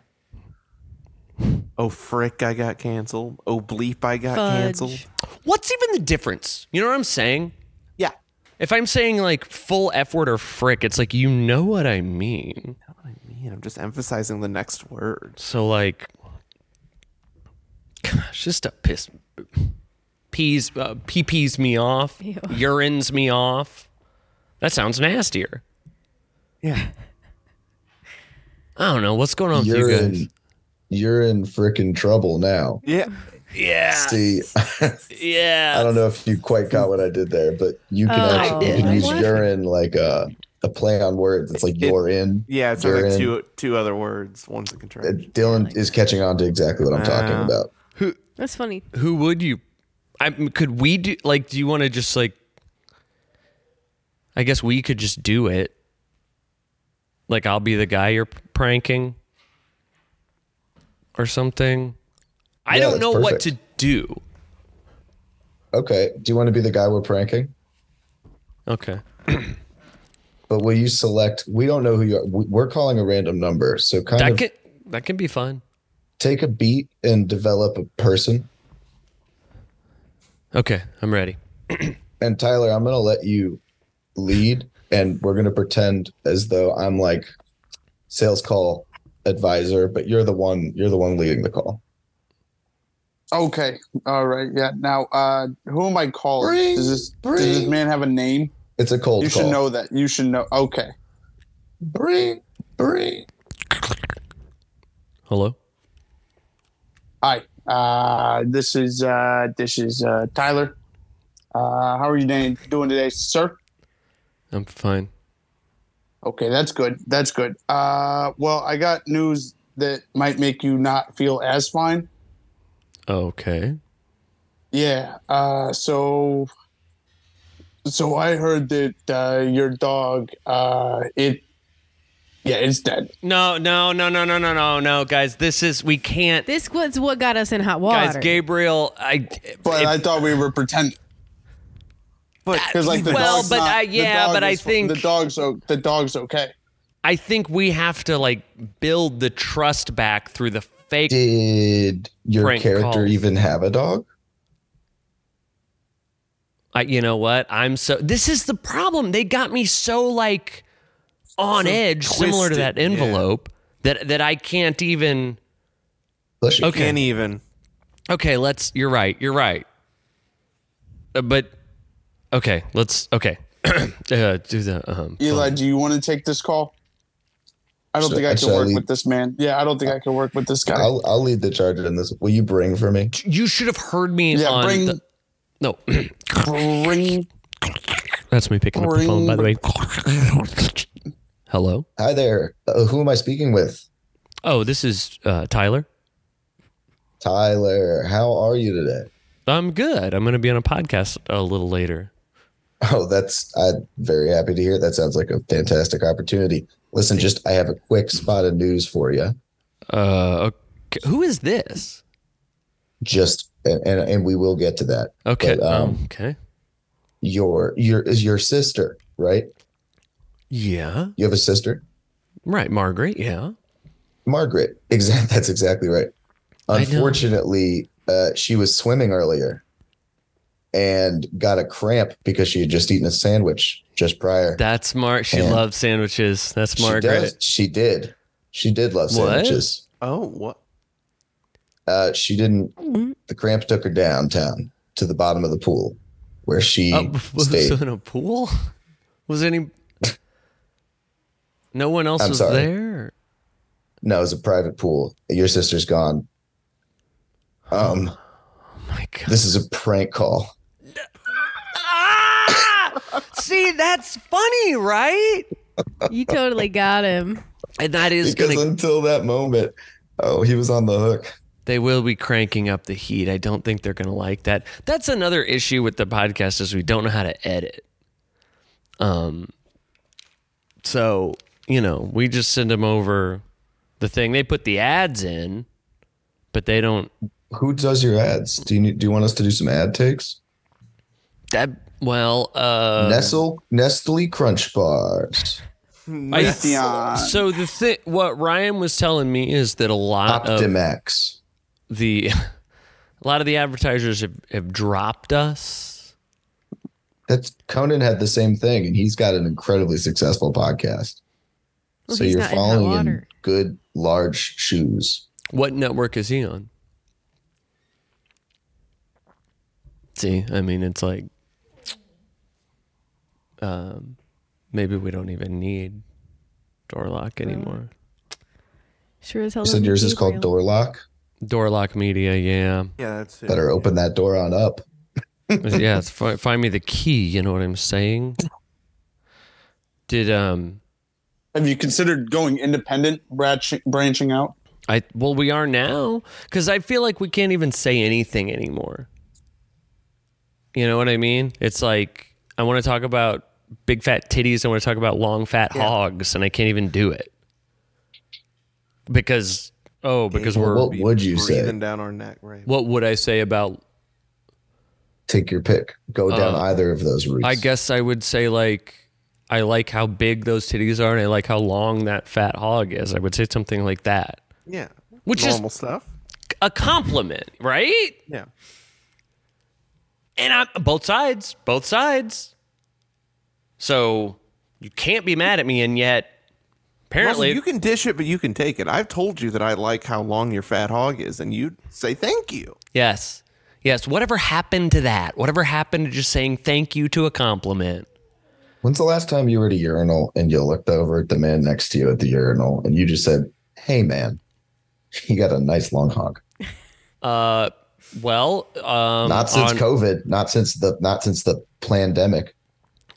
Speaker 2: Oh frick, I got canceled. Oh bleep, I got
Speaker 3: Fudge.
Speaker 2: canceled.
Speaker 1: What's even the difference? You know what I'm saying?
Speaker 2: Yeah.
Speaker 1: If I'm saying like full f word or frick, it's like you know what I mean.
Speaker 2: Man, I'm just emphasizing the next word.
Speaker 1: So like, gosh, just a piss pees uh, pee pees me off,
Speaker 3: Ew.
Speaker 1: urines me off. That sounds nastier.
Speaker 2: Yeah.
Speaker 1: I don't know what's going on with
Speaker 4: You're
Speaker 1: Oh, you guys.
Speaker 4: in, you're in frickin' trouble now.
Speaker 2: Yeah.
Speaker 1: Yeah,
Speaker 4: See,
Speaker 1: yeah.
Speaker 4: I don't know if you quite got what I did there, but you can
Speaker 3: Oh, I
Speaker 4: actually you
Speaker 3: did.
Speaker 4: can use
Speaker 3: What?
Speaker 4: urine like a a play on words. It's like you're in.
Speaker 2: Yeah, it's
Speaker 4: You're
Speaker 2: like
Speaker 4: in.
Speaker 2: two two other words. One's a
Speaker 4: Uh,
Speaker 2: contraction.
Speaker 4: Dylan is catching on to exactly what I'm
Speaker 5: Uh-huh.
Speaker 4: talking
Speaker 2: Ah.
Speaker 4: about.
Speaker 3: That's funny.
Speaker 1: who would you I could we do like do you want to just like I guess we could just do it. Like I'll be the guy you're pranking or something. I
Speaker 4: Yeah,
Speaker 1: don't
Speaker 4: that's
Speaker 1: know what
Speaker 4: perfect.
Speaker 1: to do.
Speaker 4: Okay. Do you want to be the guy we're pranking?
Speaker 1: Okay.
Speaker 4: But will you select? We don't know who you are. We- We're calling a random number, so kind
Speaker 1: That
Speaker 4: of
Speaker 1: can that can be fun.
Speaker 4: take a beat and develop a person.
Speaker 1: Okay, I'm ready.
Speaker 4: And Tyler, I'm gonna let you lead, and we're gonna pretend as though I'm like sales call advisor, but you're the one you're the one leading the call.
Speaker 5: Okay. All right. Yeah. Now, uh, who am I calling?
Speaker 4: Bring-
Speaker 5: does this does this
Speaker 4: bring-
Speaker 5: man have a name?
Speaker 4: It's a cold
Speaker 5: You
Speaker 4: call.
Speaker 5: should know that. You should know. Okay.
Speaker 4: Bring, bring.
Speaker 1: Hello?
Speaker 5: Hi. Uh, this is uh, this is uh, Tyler. Uh, how are you doing doing today, sir?
Speaker 1: I'm fine.
Speaker 5: Okay, that's good. That's good. Uh, well, I got news that might make you not feel as fine.
Speaker 1: Okay.
Speaker 5: Yeah. Uh, so, so I heard that uh, your dog, uh, it, yeah, it's dead.
Speaker 1: No, no, no, no, no, no, no, no, guys. This is we can't.
Speaker 3: This was what got us in hot water.
Speaker 1: Guys, Gabriel, I
Speaker 5: But
Speaker 1: it-
Speaker 5: I thought we were pretending.
Speaker 2: But
Speaker 5: Because like the
Speaker 1: Well,
Speaker 5: dog's
Speaker 1: but
Speaker 5: not-
Speaker 1: I-
Speaker 5: the
Speaker 1: yeah,
Speaker 5: dog
Speaker 1: but I
Speaker 5: is fi-
Speaker 1: think-
Speaker 5: the dog's o- the dog's okay.
Speaker 1: I think we have to like build the trust back through the fake.
Speaker 4: Did your
Speaker 1: Prank
Speaker 4: character
Speaker 1: calls.
Speaker 4: even have a dog?
Speaker 1: I, you know what? I'm so. This is the problem. They got me so like on
Speaker 2: So
Speaker 1: edge, similar to
Speaker 2: twisted,
Speaker 1: that
Speaker 2: yeah.
Speaker 1: envelope that that I can't even.
Speaker 4: Bless you.
Speaker 1: Okay.
Speaker 2: can't even.
Speaker 1: Okay, let's. You're right. You're right. Uh, but okay, let's. Okay, uh, do the. Um,
Speaker 5: Eli, do you want to take this call? I don't
Speaker 4: Should-
Speaker 5: think I
Speaker 4: should
Speaker 5: can
Speaker 4: I
Speaker 5: work
Speaker 4: leave?
Speaker 5: with this man. Yeah, I don't think I can work with this guy.
Speaker 4: I'll I'll lead the charge in this. Will you bring for me?
Speaker 1: you should have heard me
Speaker 5: Yeah,
Speaker 1: on.
Speaker 5: bring-
Speaker 1: the- no,
Speaker 5: Ring.
Speaker 1: that's me picking up the phone. By the way. Hello.
Speaker 4: Hi there. Uh, who am I speaking with?
Speaker 1: Oh, this is uh, Tyler.
Speaker 4: Tyler. How are you today?
Speaker 1: I'm good. I'm going to be on a podcast a little later.
Speaker 4: Oh, that's I'm very happy to hear. That sounds like a fantastic opportunity. Listen, just I have a quick spot of news for you.
Speaker 1: Uh, okay. who is this?
Speaker 4: Just and and, and we will get to that.
Speaker 1: Okay.
Speaker 4: But, um,
Speaker 1: um, okay.
Speaker 4: Your your is your sister, right?
Speaker 1: Yeah.
Speaker 4: You have a sister,
Speaker 1: Right, Margaret. Yeah.
Speaker 4: Margaret. Exact. That's exactly right.
Speaker 1: I know.
Speaker 4: Unfortunately, uh, she was swimming earlier and got a cramp because she had just eaten a sandwich just prior.
Speaker 1: That's Mar. She
Speaker 4: Yeah.
Speaker 1: loves sandwiches. That's
Speaker 4: she, does,
Speaker 1: Margaret.
Speaker 4: she did. She did love
Speaker 1: What?
Speaker 4: sandwiches.
Speaker 2: Oh, what?
Speaker 4: uh, she didn't.
Speaker 3: Mhm.
Speaker 4: The cramps took her downtown to the bottom of the pool, where she
Speaker 1: Oh, was
Speaker 4: stayed.
Speaker 1: it in a pool? Was any? No one else
Speaker 4: I'm
Speaker 1: was
Speaker 4: sorry.
Speaker 1: there.
Speaker 4: No, it was a private pool. Your sister's gone. Um,
Speaker 1: Oh my God.
Speaker 4: this is a prank call.
Speaker 1: Ah! See, that's funny, right?
Speaker 3: you totally got him.
Speaker 1: and that is
Speaker 4: because
Speaker 1: going to
Speaker 4: until that moment, oh, he was on the hook.
Speaker 1: they will be cranking up the heat. I don't think they're going to like that. That's another issue with the podcast is we don't know how to edit. Um so, you know, we just send them over the thing. They put the ads in, but they don't
Speaker 4: Who does your ads? Do you need, do you want us to do some ad takes?
Speaker 1: that well, uh
Speaker 4: Nestle Nestle Crunch Bars,
Speaker 1: I-
Speaker 5: Theon.
Speaker 1: so the thing what Ryan was telling me is that a lot of
Speaker 4: Optimax.
Speaker 1: the a lot of the advertisers have, have dropped us.
Speaker 4: That's Conan had the same thing, and he's got an incredibly successful podcast.
Speaker 3: Well,
Speaker 4: so
Speaker 3: he's
Speaker 4: you're
Speaker 3: not in hot
Speaker 4: following in,
Speaker 3: water.
Speaker 4: good large shoes.
Speaker 1: What network is he on? See, I mean, it's like, um, maybe we don't even need Doorlock anymore.
Speaker 3: Sure as hell.
Speaker 4: You said
Speaker 3: doesn't
Speaker 4: yours is
Speaker 3: keep
Speaker 4: called
Speaker 3: real.
Speaker 4: Door Lock.
Speaker 1: Doorlock Media, yeah,
Speaker 2: Yeah, that's it.
Speaker 4: Better open that door on up.
Speaker 1: yeah. It's fi- find me the key. You know what I'm saying? Did um,
Speaker 5: Have you considered going independent, branching, branching out?
Speaker 1: I well, we are now because I feel like we can't even say anything anymore. You know what I mean? It's like I want to talk about big fat titties. I want to talk about long fat hogs, and I can't even do it because oh, because we're
Speaker 4: What would you
Speaker 2: breathing
Speaker 4: say?
Speaker 2: down our neck, right?
Speaker 1: what would I say about?
Speaker 4: Take your pick. Go down either of those routes.
Speaker 1: I guess I would say like I like how big those titties are, and I like how long that fat hog is. I would say something like that,
Speaker 2: yeah,
Speaker 1: which
Speaker 2: normal
Speaker 1: is
Speaker 2: stuff.
Speaker 1: a compliment, right?
Speaker 2: Yeah,
Speaker 1: And I'm both sides, both sides. So you can't be mad at me, and yet
Speaker 2: Russell,
Speaker 1: apparently
Speaker 2: you can dish it, but you can take it. I've told you that I like how long your fat hog is, and you say thank you.
Speaker 1: yes, yes. Whatever happened to that? Whatever happened to just saying thank you to a compliment?
Speaker 4: When's the last time you were at a urinal and you looked over at the man next to you at the urinal and you just said, "Hey, man, you got a nice long hog."
Speaker 1: Uh, well, um,
Speaker 4: Not since
Speaker 1: on-
Speaker 4: COVID. Not since the. Not since the pandemic.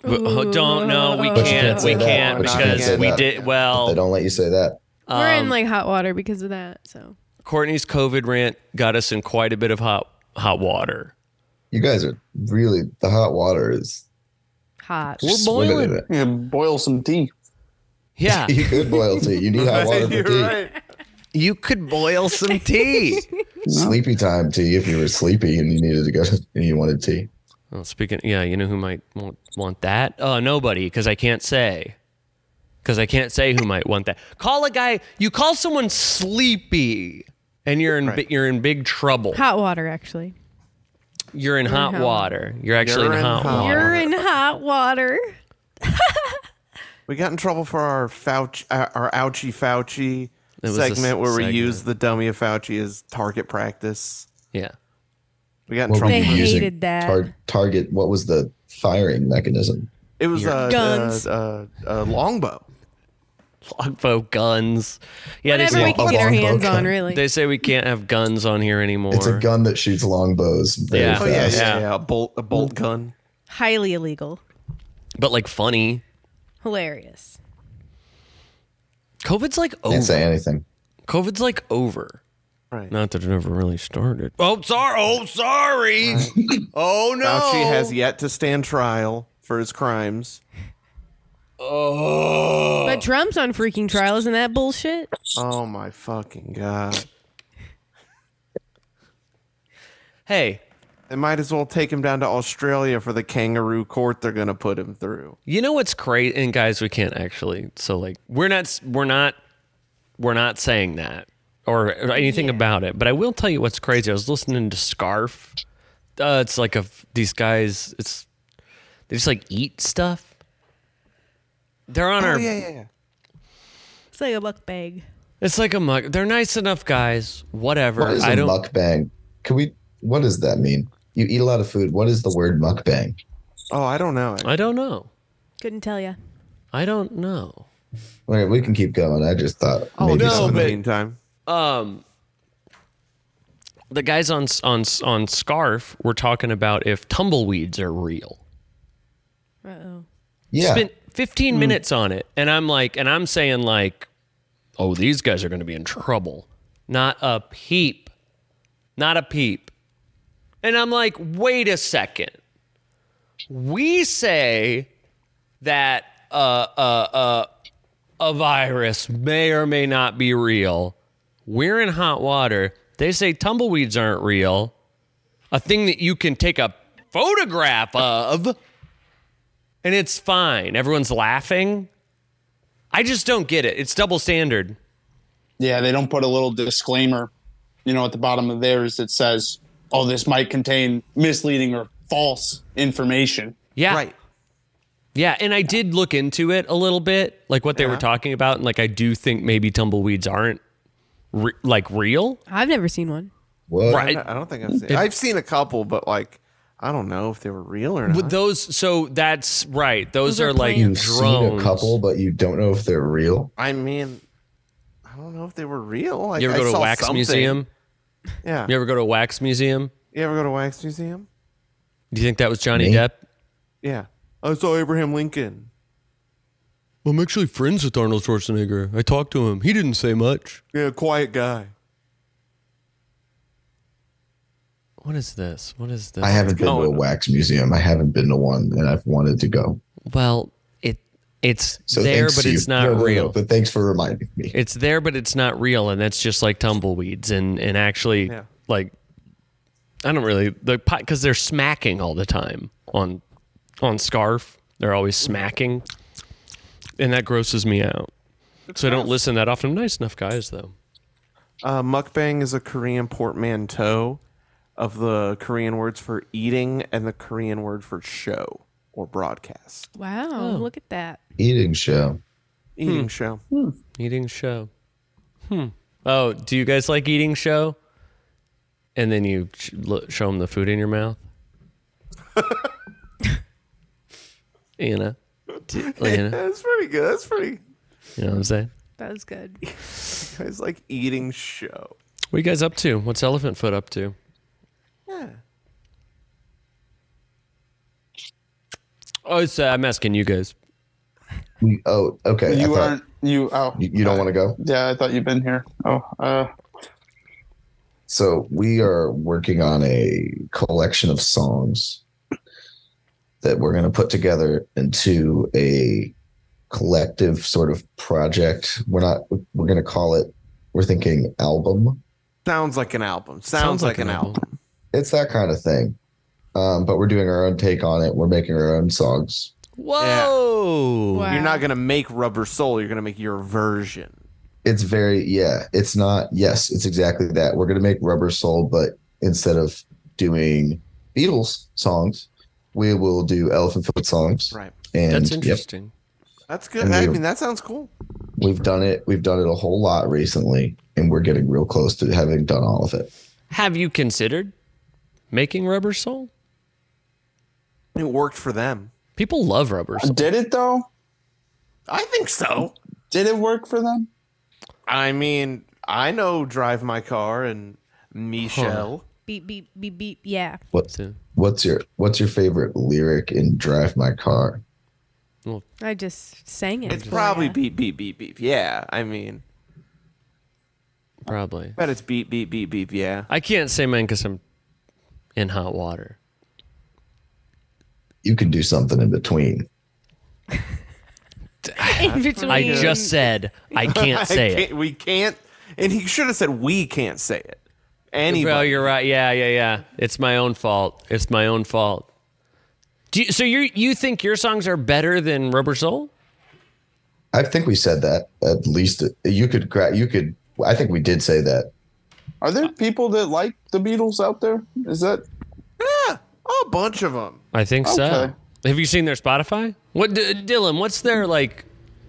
Speaker 1: w- oh, don't know. We
Speaker 3: But you
Speaker 1: can't.
Speaker 3: can't
Speaker 1: We
Speaker 3: say that.
Speaker 1: can't
Speaker 2: But you can't
Speaker 1: because
Speaker 2: say
Speaker 1: we
Speaker 4: that.
Speaker 1: did
Speaker 4: They
Speaker 1: well.
Speaker 4: don't let you say that.
Speaker 3: We're
Speaker 1: um,
Speaker 3: in like hot water because of that. So
Speaker 1: Courtney's COVID rant got us in quite a bit of hot hot water.
Speaker 4: You guys are really the hot water is.
Speaker 3: hot.
Speaker 1: We're
Speaker 4: swimming in
Speaker 1: boiling.
Speaker 4: it.
Speaker 5: Yeah, boil some tea.
Speaker 1: Yeah,
Speaker 4: You could boil tea. You need hot water for tea.
Speaker 1: you could boil some tea.
Speaker 4: Sleepy time tea if you were sleepy and you needed to go to, and you wanted tea.
Speaker 1: Well, speaking, yeah, you know who might want, want that? Oh, nobody, because I can't say. Because I can't say who might want that. Call a guy. You call someone sleepy, and you're in bi- you're in big trouble.
Speaker 3: Hot water, actually.
Speaker 1: You're in hot
Speaker 3: hot
Speaker 1: water. You're actually
Speaker 2: You're
Speaker 1: in
Speaker 2: in
Speaker 1: hot
Speaker 2: hot
Speaker 1: water.
Speaker 3: You're in hot water.
Speaker 2: We got in trouble for our Fauci, our our ouchie Fauci
Speaker 1: It was a s-
Speaker 2: segment where
Speaker 1: segment.
Speaker 2: we used the dummy of Fauci as target practice.
Speaker 1: Yeah.
Speaker 2: We got in
Speaker 4: What were
Speaker 2: trouble.
Speaker 4: you
Speaker 3: They
Speaker 2: for-
Speaker 4: using?
Speaker 3: hated that.
Speaker 4: Tar- target. What was the firing mechanism?
Speaker 2: It was uh,
Speaker 3: Guns.
Speaker 2: uh, uh, uh, longbow.
Speaker 1: Longbow guns. Yeah,
Speaker 3: Whatever we
Speaker 1: they say,
Speaker 3: can get our
Speaker 4: Long bow
Speaker 3: hands on,
Speaker 4: gun.
Speaker 3: really.
Speaker 1: they say we can't have guns on here anymore.
Speaker 4: It's a gun that shoots long bows. Very
Speaker 1: Yeah.
Speaker 4: yeah.
Speaker 1: Oh,
Speaker 2: Oh yeah, yeah,
Speaker 4: fast.
Speaker 1: Yeah.
Speaker 2: yeah, A bolt, a bolt gun.
Speaker 3: Highly illegal.
Speaker 1: but like funny.
Speaker 3: Hilarious.
Speaker 1: COVID's like
Speaker 4: Can't
Speaker 1: over.
Speaker 4: say anything.
Speaker 1: COVID's like over.
Speaker 2: Right.
Speaker 1: Not that it ever really started. Oh, sorry. Oh, sorry. oh no.
Speaker 2: Fauci has yet to stand trial for his crimes.
Speaker 3: But Trump's on freaking trial. Isn't that bullshit?
Speaker 2: Oh my fucking god!
Speaker 1: Hey,
Speaker 2: They might as well take him down to Australia for the kangaroo court they're gonna put him through.
Speaker 1: You know what's great, and guys, we can't actually. So like, we're not, we're not, we're not saying that or anything about it. But I will tell you what's crazy. I was listening to Scarf. Uh, it's like a these guys. It's they just like eat stuff. They're on our.
Speaker 2: Oh yeah, yeah, yeah.
Speaker 3: It's like a buck bag.
Speaker 1: It's like a muck. They're nice enough guys. Whatever.
Speaker 4: What is a
Speaker 1: I don't.
Speaker 4: mukbang? Can we? What does that mean? You eat a lot of food. What is the word mukbang?
Speaker 2: Oh, I don't know.
Speaker 1: I don't know.
Speaker 3: Couldn't tell ya.
Speaker 1: I don't know.
Speaker 4: Wait, we can keep going. I just thought. Oh maybe
Speaker 1: no,
Speaker 4: some-
Speaker 2: In the
Speaker 1: but-
Speaker 2: meantime,
Speaker 1: um the guys on on on scarf were talking about if tumbleweeds are real
Speaker 3: Uh oh.
Speaker 4: yeah.
Speaker 1: spent 15 minutes on it and i'm like and i'm saying like oh, these guys are going to be in trouble. Not a peep. Not a peep. And I'm like, wait a second. We say that uh, uh, uh, a virus may or may not be real. We're in hot water. They say tumbleweeds aren't real. A thing that you can take a photograph of and it's fine. Everyone's laughing. I just don't get it. It's double standard.
Speaker 5: Yeah, they don't put a little disclaimer, you know, at the bottom of theirs that says, "Oh, this might contain misleading or false information."
Speaker 1: Yeah.
Speaker 2: Right.
Speaker 1: Yeah, and I did look into it a little bit, like what they
Speaker 2: Uh-huh.
Speaker 1: were talking about, and like I do think maybe tumbleweeds aren't re- like real.
Speaker 2: Uh-huh.
Speaker 3: I've never seen one.
Speaker 4: What?
Speaker 1: Right.
Speaker 2: I don't think I've seen. I've seen a couple, but like I don't know if they were real or not.
Speaker 1: But those, so that's right. Those,
Speaker 3: Those are
Speaker 1: are, like
Speaker 3: plants.
Speaker 4: You've
Speaker 1: drones.
Speaker 4: seen a couple, but you don't know if they're real.
Speaker 2: I mean, I don't know if they were real. Like,
Speaker 1: You ever
Speaker 2: I
Speaker 1: go to
Speaker 2: saw
Speaker 1: a wax
Speaker 2: something.
Speaker 1: museum?
Speaker 2: Yeah.
Speaker 1: You ever go to a wax museum?
Speaker 2: You ever go to wax museum?
Speaker 1: Do you think that was Johnny
Speaker 4: Me?
Speaker 1: Depp?
Speaker 2: Yeah. I saw Abraham Lincoln.
Speaker 1: Well, I'm actually friends with Arnold Schwarzenegger. I talked to him. He didn't say much.
Speaker 2: Yeah, quiet guy.
Speaker 1: What is this? What is this?
Speaker 4: I haven't been to a
Speaker 2: going.
Speaker 4: wax museum. I haven't been to one, and I've wanted to go.
Speaker 1: Well, it it's
Speaker 4: So
Speaker 1: there,
Speaker 4: thanks
Speaker 1: but
Speaker 4: to
Speaker 1: it's
Speaker 4: you. No,
Speaker 1: not
Speaker 4: no, no,
Speaker 1: real.
Speaker 4: but thanks for reminding me.
Speaker 1: It's there, but it's not real, and that's just like tumbleweeds. And and actually,
Speaker 2: Yeah.
Speaker 1: like, I don't really the pot because they're smacking all the time on on scarf. They're always smacking, and that grosses me out. So I don't listen that often. Nice enough guys though.
Speaker 2: Uh, mukbang is a Korean portmanteau of the Korean words for eating and the Korean word for show or broadcast.
Speaker 3: Wow, look at that.
Speaker 4: Eating show.
Speaker 1: Hmm.
Speaker 2: Eating show.
Speaker 1: Eating show. Hmm. Oh, do you guys like eating show? And then you sh- look- show them the food in your mouth. Anna, do, Anna,
Speaker 2: That's pretty good. That's pretty.
Speaker 1: you know what I'm saying?
Speaker 3: That was good.
Speaker 2: It's like eating show.
Speaker 1: What you guys up to? What's Elephant Foot up to?
Speaker 2: Yeah.
Speaker 1: Oh, it's, uh, I'm asking you guys.
Speaker 4: We- Oh, okay. I
Speaker 5: you
Speaker 4: thought
Speaker 5: aren't you oh
Speaker 4: you, you don't want to go.
Speaker 5: yeah, I thought you'd been here. Oh, uh
Speaker 4: So we are working on a collection of songs that we're going to put together into a collective sort of project. We're not. We're going to call it. We're thinking album.
Speaker 2: Sounds like an album. Sounds, like, an album.
Speaker 4: It's that kind of thing. Um, but we're doing our own take on it. We're making our own songs.
Speaker 1: Whoa!
Speaker 3: Wow.
Speaker 2: You're not going to make Rubber Soul. You're going to make your version.
Speaker 4: It's very yeah. It's not yes. It's exactly that. We're going to make Rubber Soul, but instead of doing Beatles songs, we will do Elephant Foot songs.
Speaker 2: Right.
Speaker 4: And
Speaker 1: That's
Speaker 4: yep.
Speaker 1: interesting.
Speaker 2: That's good.
Speaker 4: And
Speaker 2: I
Speaker 4: we-
Speaker 2: mean, that sounds cool.
Speaker 4: we've done it we've done it a whole lot recently and we're getting real close to having done all of it
Speaker 1: Have you considered making Rubber Soul?
Speaker 2: It worked for them.
Speaker 1: People love Rubber Soul.
Speaker 5: did it though?
Speaker 2: I think so.
Speaker 5: Did it work for them?
Speaker 2: I mean, I know Drive My Car and Michelle.
Speaker 3: Beep beep beep beep. Yeah.
Speaker 4: what
Speaker 1: So,
Speaker 4: what's your what's your favorite lyric in drive my car
Speaker 3: I just sang it.
Speaker 2: It's
Speaker 3: for
Speaker 2: probably
Speaker 3: ya.
Speaker 2: beep, beep, beep, beep. Yeah. I mean,
Speaker 1: probably.
Speaker 2: but it's beep, beep, beep, beep. Yeah.
Speaker 1: I can't say mine because I'm in hot water.
Speaker 4: you can do something in between
Speaker 3: in between.
Speaker 1: I just said I can't say
Speaker 2: I
Speaker 1: it.
Speaker 2: can't, we can't. And he should have said, we can't say it. Anybody.
Speaker 1: Well, you're right. Yeah, yeah, yeah. It's my own fault. It's my own fault. Do you, so you you think your songs are better than Rubber Soul?
Speaker 4: i think we said that at least you could gra- you could i think we did say that
Speaker 5: Are there people that like the Beatles out there? Is that
Speaker 2: Yeah, a bunch of them.
Speaker 1: I think so.
Speaker 5: Okay.
Speaker 1: Have you seen their Spotify? What D- Dylan? What's their like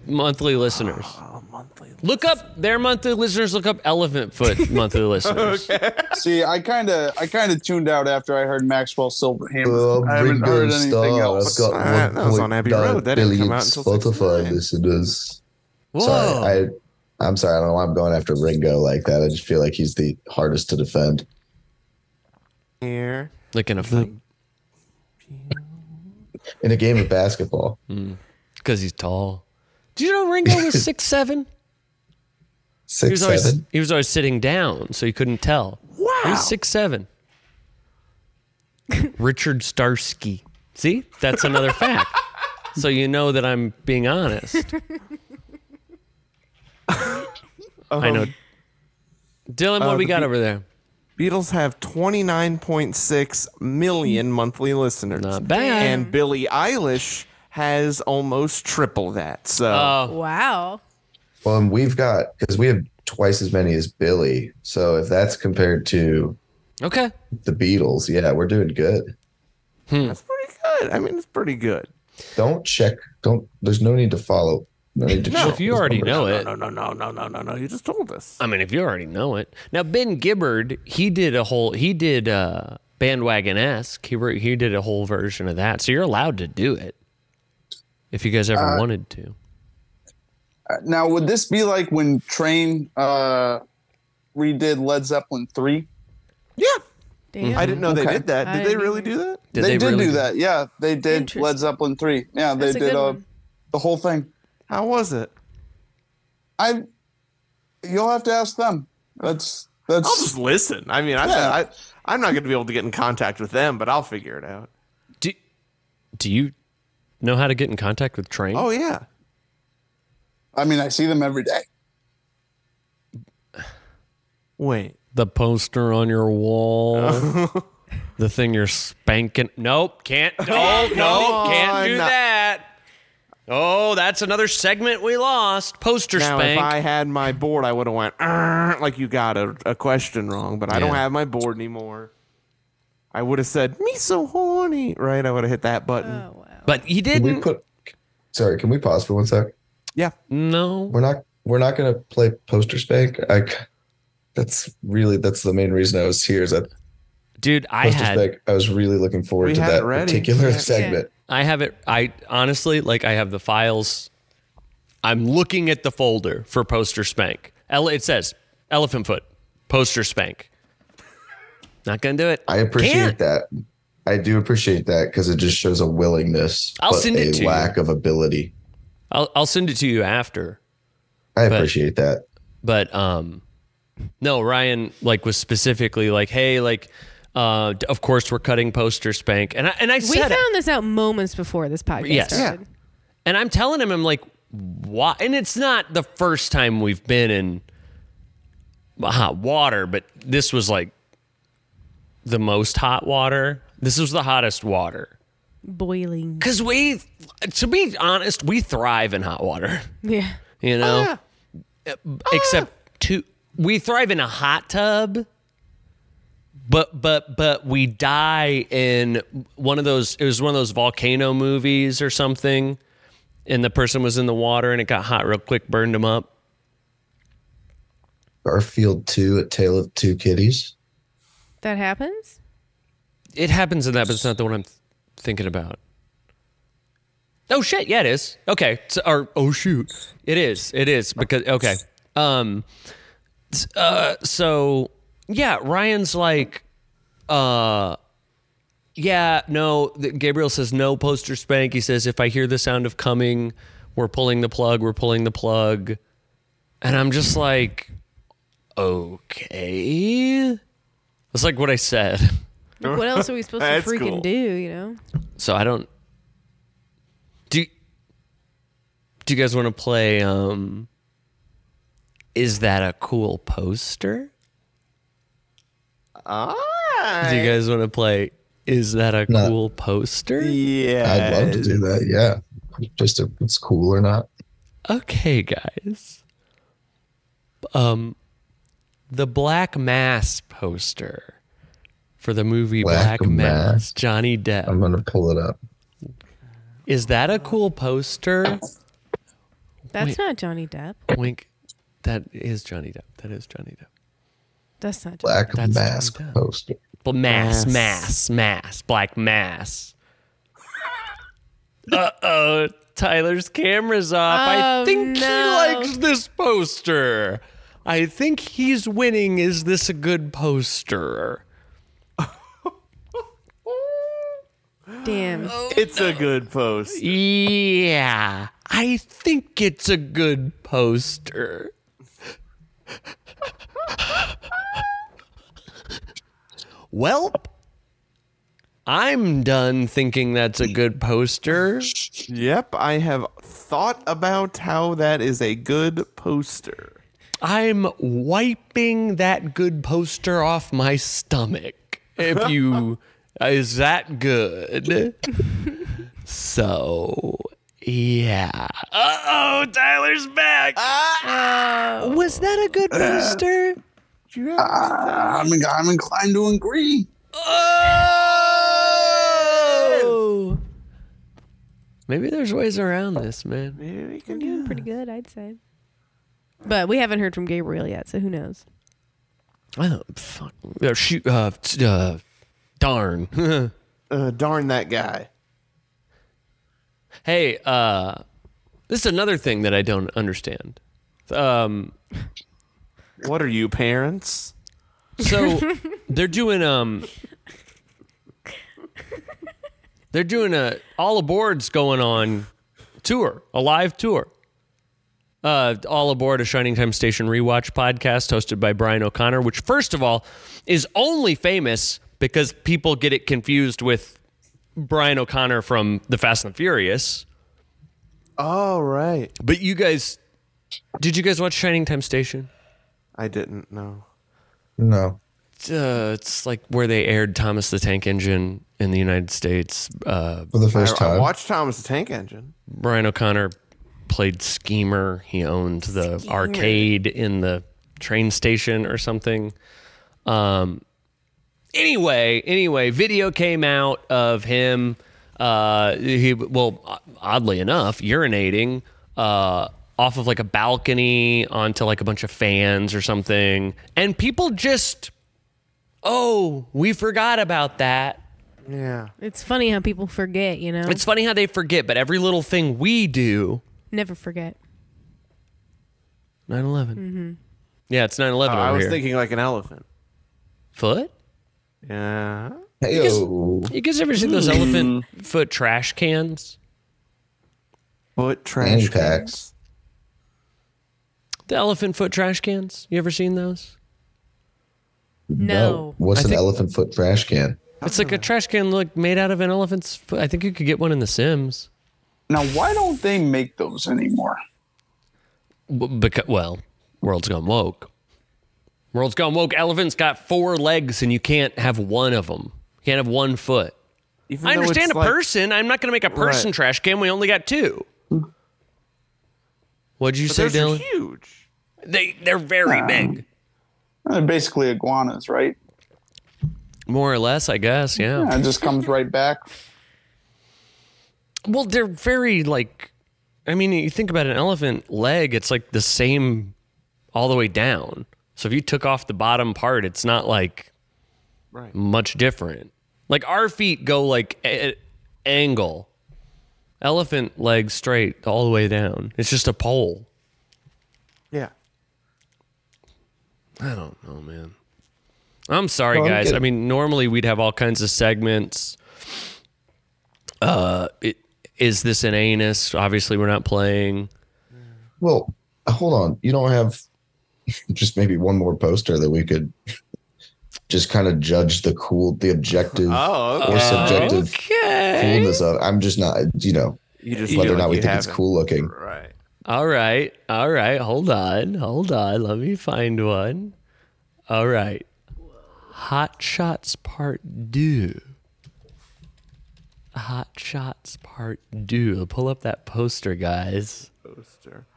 Speaker 1: monthly listeners?
Speaker 2: Oh, monthly.
Speaker 1: Look up their monthly listeners. Look up Elephant Foot monthly listeners.
Speaker 5: See, I kind of, I kind of tuned out after I heard Maxwell Silverhammer. I haven't
Speaker 4: Ringo
Speaker 5: heard anything
Speaker 4: Starr, I've
Speaker 5: else.
Speaker 4: got
Speaker 2: All right, that was on Abbey
Speaker 4: 1.9
Speaker 2: Road. That didn't come
Speaker 4: billion
Speaker 2: out until
Speaker 4: spotify
Speaker 2: 69.
Speaker 4: listeners
Speaker 1: Whoa!
Speaker 4: sorry i i'm sorry i don't know why i'm going after ringo like that i just feel like he's the hardest to defend
Speaker 2: Here.
Speaker 1: Like in a fight
Speaker 4: in a game of basketball
Speaker 1: because he's tall. Do you know Ringo was six seven? He
Speaker 4: Six,
Speaker 1: was always
Speaker 4: seven.
Speaker 1: he was always sitting down, so you couldn't tell.
Speaker 2: Wow.
Speaker 1: He was six seven. Richard Starsky. See, that's another fact. So you know that I'm being honest. I
Speaker 2: Uh-huh.
Speaker 1: know. Dylan, what
Speaker 2: uh,
Speaker 1: we
Speaker 2: the
Speaker 1: got
Speaker 2: Be-
Speaker 1: over there?
Speaker 2: Beatles have 29.6 million monthly listeners.
Speaker 1: Not bad.
Speaker 3: Uh-huh.
Speaker 2: And Billie Eilish has almost triple that. So
Speaker 1: Oh,
Speaker 3: Wow.
Speaker 4: Well, and we've got because we have twice as many as Billy. So if that's compared to
Speaker 1: okay.
Speaker 4: the Beatles, yeah, we're doing good.
Speaker 2: that's pretty good. I mean, it's pretty good.
Speaker 4: Don't check. Don't. There's no need to follow. No need to.
Speaker 1: Well,
Speaker 4: check
Speaker 1: if you
Speaker 4: these
Speaker 1: already
Speaker 4: numbers.
Speaker 1: know
Speaker 2: No,
Speaker 1: it,
Speaker 2: no, no, no, no, no, no, no. You just told us.
Speaker 1: I mean, if you already know it. Now, Ben Gibbard, he did a whole, he did uh, bandwagon esque. He wrote, he did a whole version of that. So you're allowed to do it if you guys ever wanted to.
Speaker 5: Uh, Now, would this be like when Train uh, redid Led Zeppelin three?
Speaker 2: Yeah.
Speaker 3: Damn.
Speaker 2: I didn't know they
Speaker 5: Okay.
Speaker 2: did that.
Speaker 3: I
Speaker 2: Did they
Speaker 3: didn't
Speaker 2: really
Speaker 3: either.
Speaker 2: do that?
Speaker 5: They, did
Speaker 1: really
Speaker 5: do that. Yeah, they did
Speaker 3: Interesting.
Speaker 5: Led Zeppelin three. Yeah, they
Speaker 3: That's a
Speaker 5: did
Speaker 3: good
Speaker 5: uh,
Speaker 3: one.
Speaker 5: the whole thing.
Speaker 2: How was it?
Speaker 5: I, you'll have to ask them. That's that's.
Speaker 2: I'll just listen. I mean, I,
Speaker 5: Yeah.
Speaker 2: I, I'm not going to be able to get in contact with them, but I'll figure it out.
Speaker 1: Do, do you know how to get in contact with Train?
Speaker 2: Oh yeah.
Speaker 5: I mean, I see them every day.
Speaker 2: Wait.
Speaker 1: The poster on your wall, the thing you're spanking. Nope, can't. No, no, can't do
Speaker 2: on.
Speaker 1: that. Oh, that's another segment we lost. Poster
Speaker 2: Now,
Speaker 1: spank.
Speaker 2: if I had my board, I would have went "Er," like you got a, a question wrong, but I don't
Speaker 1: Yeah.
Speaker 2: have my board anymore. I would have said me so horny, right? I would have hit that button.
Speaker 3: Oh, wow.
Speaker 1: but he
Speaker 4: Can we
Speaker 1: didn't.
Speaker 4: put? Sorry, can we pause for one sec?
Speaker 2: yeah,
Speaker 1: no.
Speaker 4: We're not. We're not gonna play poster spank. I. That's really. That's the main reason I was here. Is that
Speaker 1: Dude, I
Speaker 4: poster
Speaker 1: had
Speaker 4: spank? I was really looking forward
Speaker 2: We
Speaker 4: to
Speaker 2: had
Speaker 4: that
Speaker 2: it ready.
Speaker 4: particular
Speaker 2: Yeah.
Speaker 4: segment.
Speaker 1: I have it. I honestly, like, I have the files. I'm looking at the folder for poster spank. Ele- it says elephant foot, poster spank. Not gonna do it.
Speaker 4: I appreciate
Speaker 1: Can't.
Speaker 4: that. I do appreciate that because it just shows a willingness,
Speaker 1: I'll
Speaker 4: but
Speaker 1: send
Speaker 4: a
Speaker 1: it to you.
Speaker 4: lack of ability.
Speaker 1: I'll, I'll send it to you after.
Speaker 4: I appreciate that.
Speaker 1: But um, no, Ryan like was specifically like, hey, like, uh, d- of course we're cutting poster spank, and I and I
Speaker 3: We
Speaker 1: said
Speaker 3: found
Speaker 1: it.
Speaker 3: this out moments before this podcast
Speaker 1: Yes.
Speaker 3: started.
Speaker 1: And I'm telling him, I'm like, why? And it's not the first time we've been in hot water, but this was like the most hot water. This was the hottest water.
Speaker 3: Boiling.
Speaker 1: Because we, to be honest, we thrive in hot water,
Speaker 3: Yeah.
Speaker 1: you know? Uh, Except two, we thrive in a hot tub. But but but we die in one of those. It was one of those volcano movies or something, and the person was in the water and it got hot real quick, burned them up.
Speaker 4: Garfield two, a tale of two kitties.
Speaker 3: That happens?
Speaker 1: It happens in that, but it's not the one I'm th- thinking about. Oh shit! Yeah, it is. Okay, so, or oh shoot, it is. It is because okay. Um, s- uh, so yeah, Ryan's like, uh, yeah, no. th- Gabriel says no poster spank. He says if I hear the sound of coming, we're pulling the plug. We're pulling the plug, and I'm just like, okay. That's like what I said.
Speaker 3: Like, what else are we supposed
Speaker 2: That's
Speaker 3: to freaking
Speaker 2: cool.
Speaker 3: do, you know?
Speaker 1: So I don't. Do Do you guys want to play? Um, is that a cool poster? Do you guys want to play? Is that a
Speaker 4: No.
Speaker 1: cool poster?
Speaker 2: yeah.
Speaker 4: I'd love to do that. Yeah, just if it's cool or not.
Speaker 1: Okay, guys. Um, the Black Mass poster for the movie Black,
Speaker 4: Black
Speaker 1: Mass.
Speaker 4: Mass.
Speaker 1: Johnny Depp.
Speaker 4: I'm gonna pull it up.
Speaker 1: is that a cool poster? Wait.
Speaker 3: That's not Johnny Depp.
Speaker 1: Wink. That is Johnny Depp. That is Johnny Depp.
Speaker 3: That's not Johnny
Speaker 4: Black
Speaker 1: That's
Speaker 4: mask
Speaker 1: Johnny Depp.
Speaker 4: poster.
Speaker 1: But mass, mass,
Speaker 2: Mass.
Speaker 1: mass, black mass. uh oh, Tyler's camera's off. I
Speaker 3: Oh,
Speaker 1: think
Speaker 3: no.
Speaker 1: he likes this poster. I think he's winning. Is this a good poster?
Speaker 3: Depp. Damn.
Speaker 2: It's a good post.
Speaker 1: Yeah, I think it's a good poster. Welp, I'm done thinking that's a good poster.
Speaker 2: Yep, I have thought about how that is a good poster.
Speaker 1: I'm wiping that good poster off my stomach. If you is that good? so yeah. Uh oh, Tyler's back. Was that a good poster?
Speaker 5: I'm, I'm inclined to agree.
Speaker 1: Oh! Maybe there's ways around this, man.
Speaker 2: Yeah, we can
Speaker 3: Doing pretty good, I'd say. But we haven't heard from Gabriel yet, so who knows?
Speaker 1: Oh, fuck. Uh, shoot, uh, t- uh, darn.
Speaker 2: Uh, darn that guy.
Speaker 1: hey, uh, this is another thing that I don't understand. Um,
Speaker 2: What are you, parents?
Speaker 1: so they're doing um, they're doing a all aboard's going on tour, a live tour. Uh, all aboard a Shining Time Station rewatch podcast hosted by Brian O'Connor, which first of all is only famous because people get it confused with Brian O'Connor from the Fast and the Furious.
Speaker 2: All right.
Speaker 1: But you guys, did you guys watch Shining Time Station?
Speaker 2: I didn't know.
Speaker 4: No.
Speaker 1: It's, uh, it's like where they aired Thomas the Tank Engine in the United States. Uh,
Speaker 4: For the first
Speaker 2: I, I
Speaker 4: time.
Speaker 2: watched Thomas the Tank Engine.
Speaker 1: Brian O'Connor played Schemer. He owned the arcade in the train station or something. Um, anyway, anyway, video came out of him. Uh, he well, oddly enough, urinating uh, off of like a balcony onto like a bunch of fans or something, and people just, oh, we forgot about that.
Speaker 2: Yeah.
Speaker 3: It's funny how people forget, you know?
Speaker 1: It's funny how they forget, but every little thing we do,
Speaker 3: Never forget.
Speaker 1: 9 11. Mm-hmm. Yeah, it's 9 11
Speaker 2: Oh, I
Speaker 1: over
Speaker 2: was
Speaker 1: here.
Speaker 2: thinking like an elephant.
Speaker 1: foot?
Speaker 2: Yeah.
Speaker 4: Hey-o.
Speaker 1: You guys ever seen those
Speaker 2: Hmm.
Speaker 1: elephant foot trash cans?
Speaker 2: Foot trash
Speaker 4: Fanny packs.
Speaker 1: The elephant foot trash cans? You ever seen those?
Speaker 3: No.
Speaker 4: What's
Speaker 1: I
Speaker 4: an
Speaker 1: think-
Speaker 4: elephant foot trash can?
Speaker 1: It's like a trash can like made out of an elephant's foot. I think you could get one in The Sims.
Speaker 5: Now, why don't they make those anymore?
Speaker 1: Because, well, world's gone woke. World's gone woke. Elephants got four legs and you can't have one of them. You can't have one foot.
Speaker 2: Even
Speaker 1: I
Speaker 2: though
Speaker 1: understand
Speaker 2: it's
Speaker 1: a
Speaker 2: like-
Speaker 1: person. I'm not going to make a person
Speaker 2: Right. Hmm.
Speaker 1: trash can. We only got two. What'd you
Speaker 2: But
Speaker 1: say,
Speaker 2: those
Speaker 1: Dylan?
Speaker 2: are huge.
Speaker 1: They they're very big.
Speaker 5: They're basically iguanas, right?
Speaker 1: More or less, I guess. Yeah.
Speaker 5: Yeah, it just comes right back.
Speaker 1: Well, they're very like. I mean, you think about an elephant leg; it's like the same all the way down. So if you took off the bottom part, it's not like
Speaker 2: Right.
Speaker 1: much different. Like our feet go like a- a- angle. Elephant leg straight all the way down. It's just a pole.
Speaker 2: Yeah.
Speaker 1: I don't know, man. I'm sorry,
Speaker 4: No, I'm
Speaker 1: guys.
Speaker 4: good.
Speaker 1: I mean, normally we'd have all kinds of segments. Uh, it, is this an anus? Obviously, we're not playing.
Speaker 4: Well, hold on. You don't have just maybe one more poster that we could just kind of judge the cool, the objective
Speaker 2: Oh,
Speaker 4: or
Speaker 2: okay.
Speaker 4: subjective
Speaker 1: Okay.
Speaker 4: coolness of. I'm just not, you know,
Speaker 2: you just
Speaker 4: whether
Speaker 2: feel
Speaker 4: or not
Speaker 2: like
Speaker 4: we
Speaker 2: you
Speaker 4: think it's
Speaker 2: haven't.
Speaker 4: cool looking.
Speaker 2: Right.
Speaker 1: All right. All right. Hold on. Hold on. Let me find one. All right. Hot Shots Part 2. Hot Shots Part 2. Pull up that poster, guys.
Speaker 2: Poster.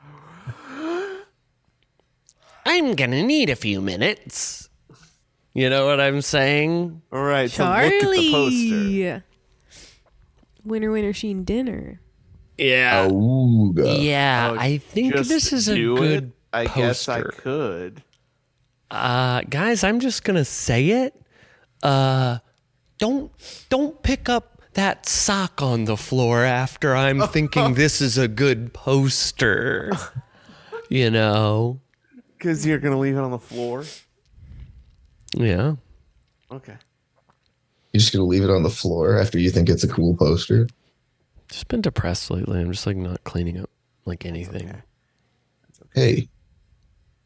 Speaker 1: I'm going to need a few minutes. You know what I'm saying?
Speaker 2: All right.
Speaker 3: Charlie.
Speaker 2: So look at the poster.
Speaker 3: Winner, winner, sheen dinner.
Speaker 1: Yeah.
Speaker 4: Ooga.
Speaker 1: yeah.
Speaker 2: Oh,
Speaker 1: I think
Speaker 2: Just
Speaker 1: this is a
Speaker 2: do
Speaker 1: good
Speaker 2: it. I guess I
Speaker 1: poster.
Speaker 2: could.
Speaker 1: uh, guys, I'm just gonna say it. Uh, don't don't pick up that sock on the floor after I'm thinking this is a good poster. You know,
Speaker 2: Because you're going to leave it on the floor.
Speaker 1: yeah.
Speaker 2: Okay.
Speaker 4: You're just going to leave it on the floor after you think it's a cool poster.
Speaker 1: Just been depressed lately. I'm just like not cleaning up like anything.
Speaker 4: Hey,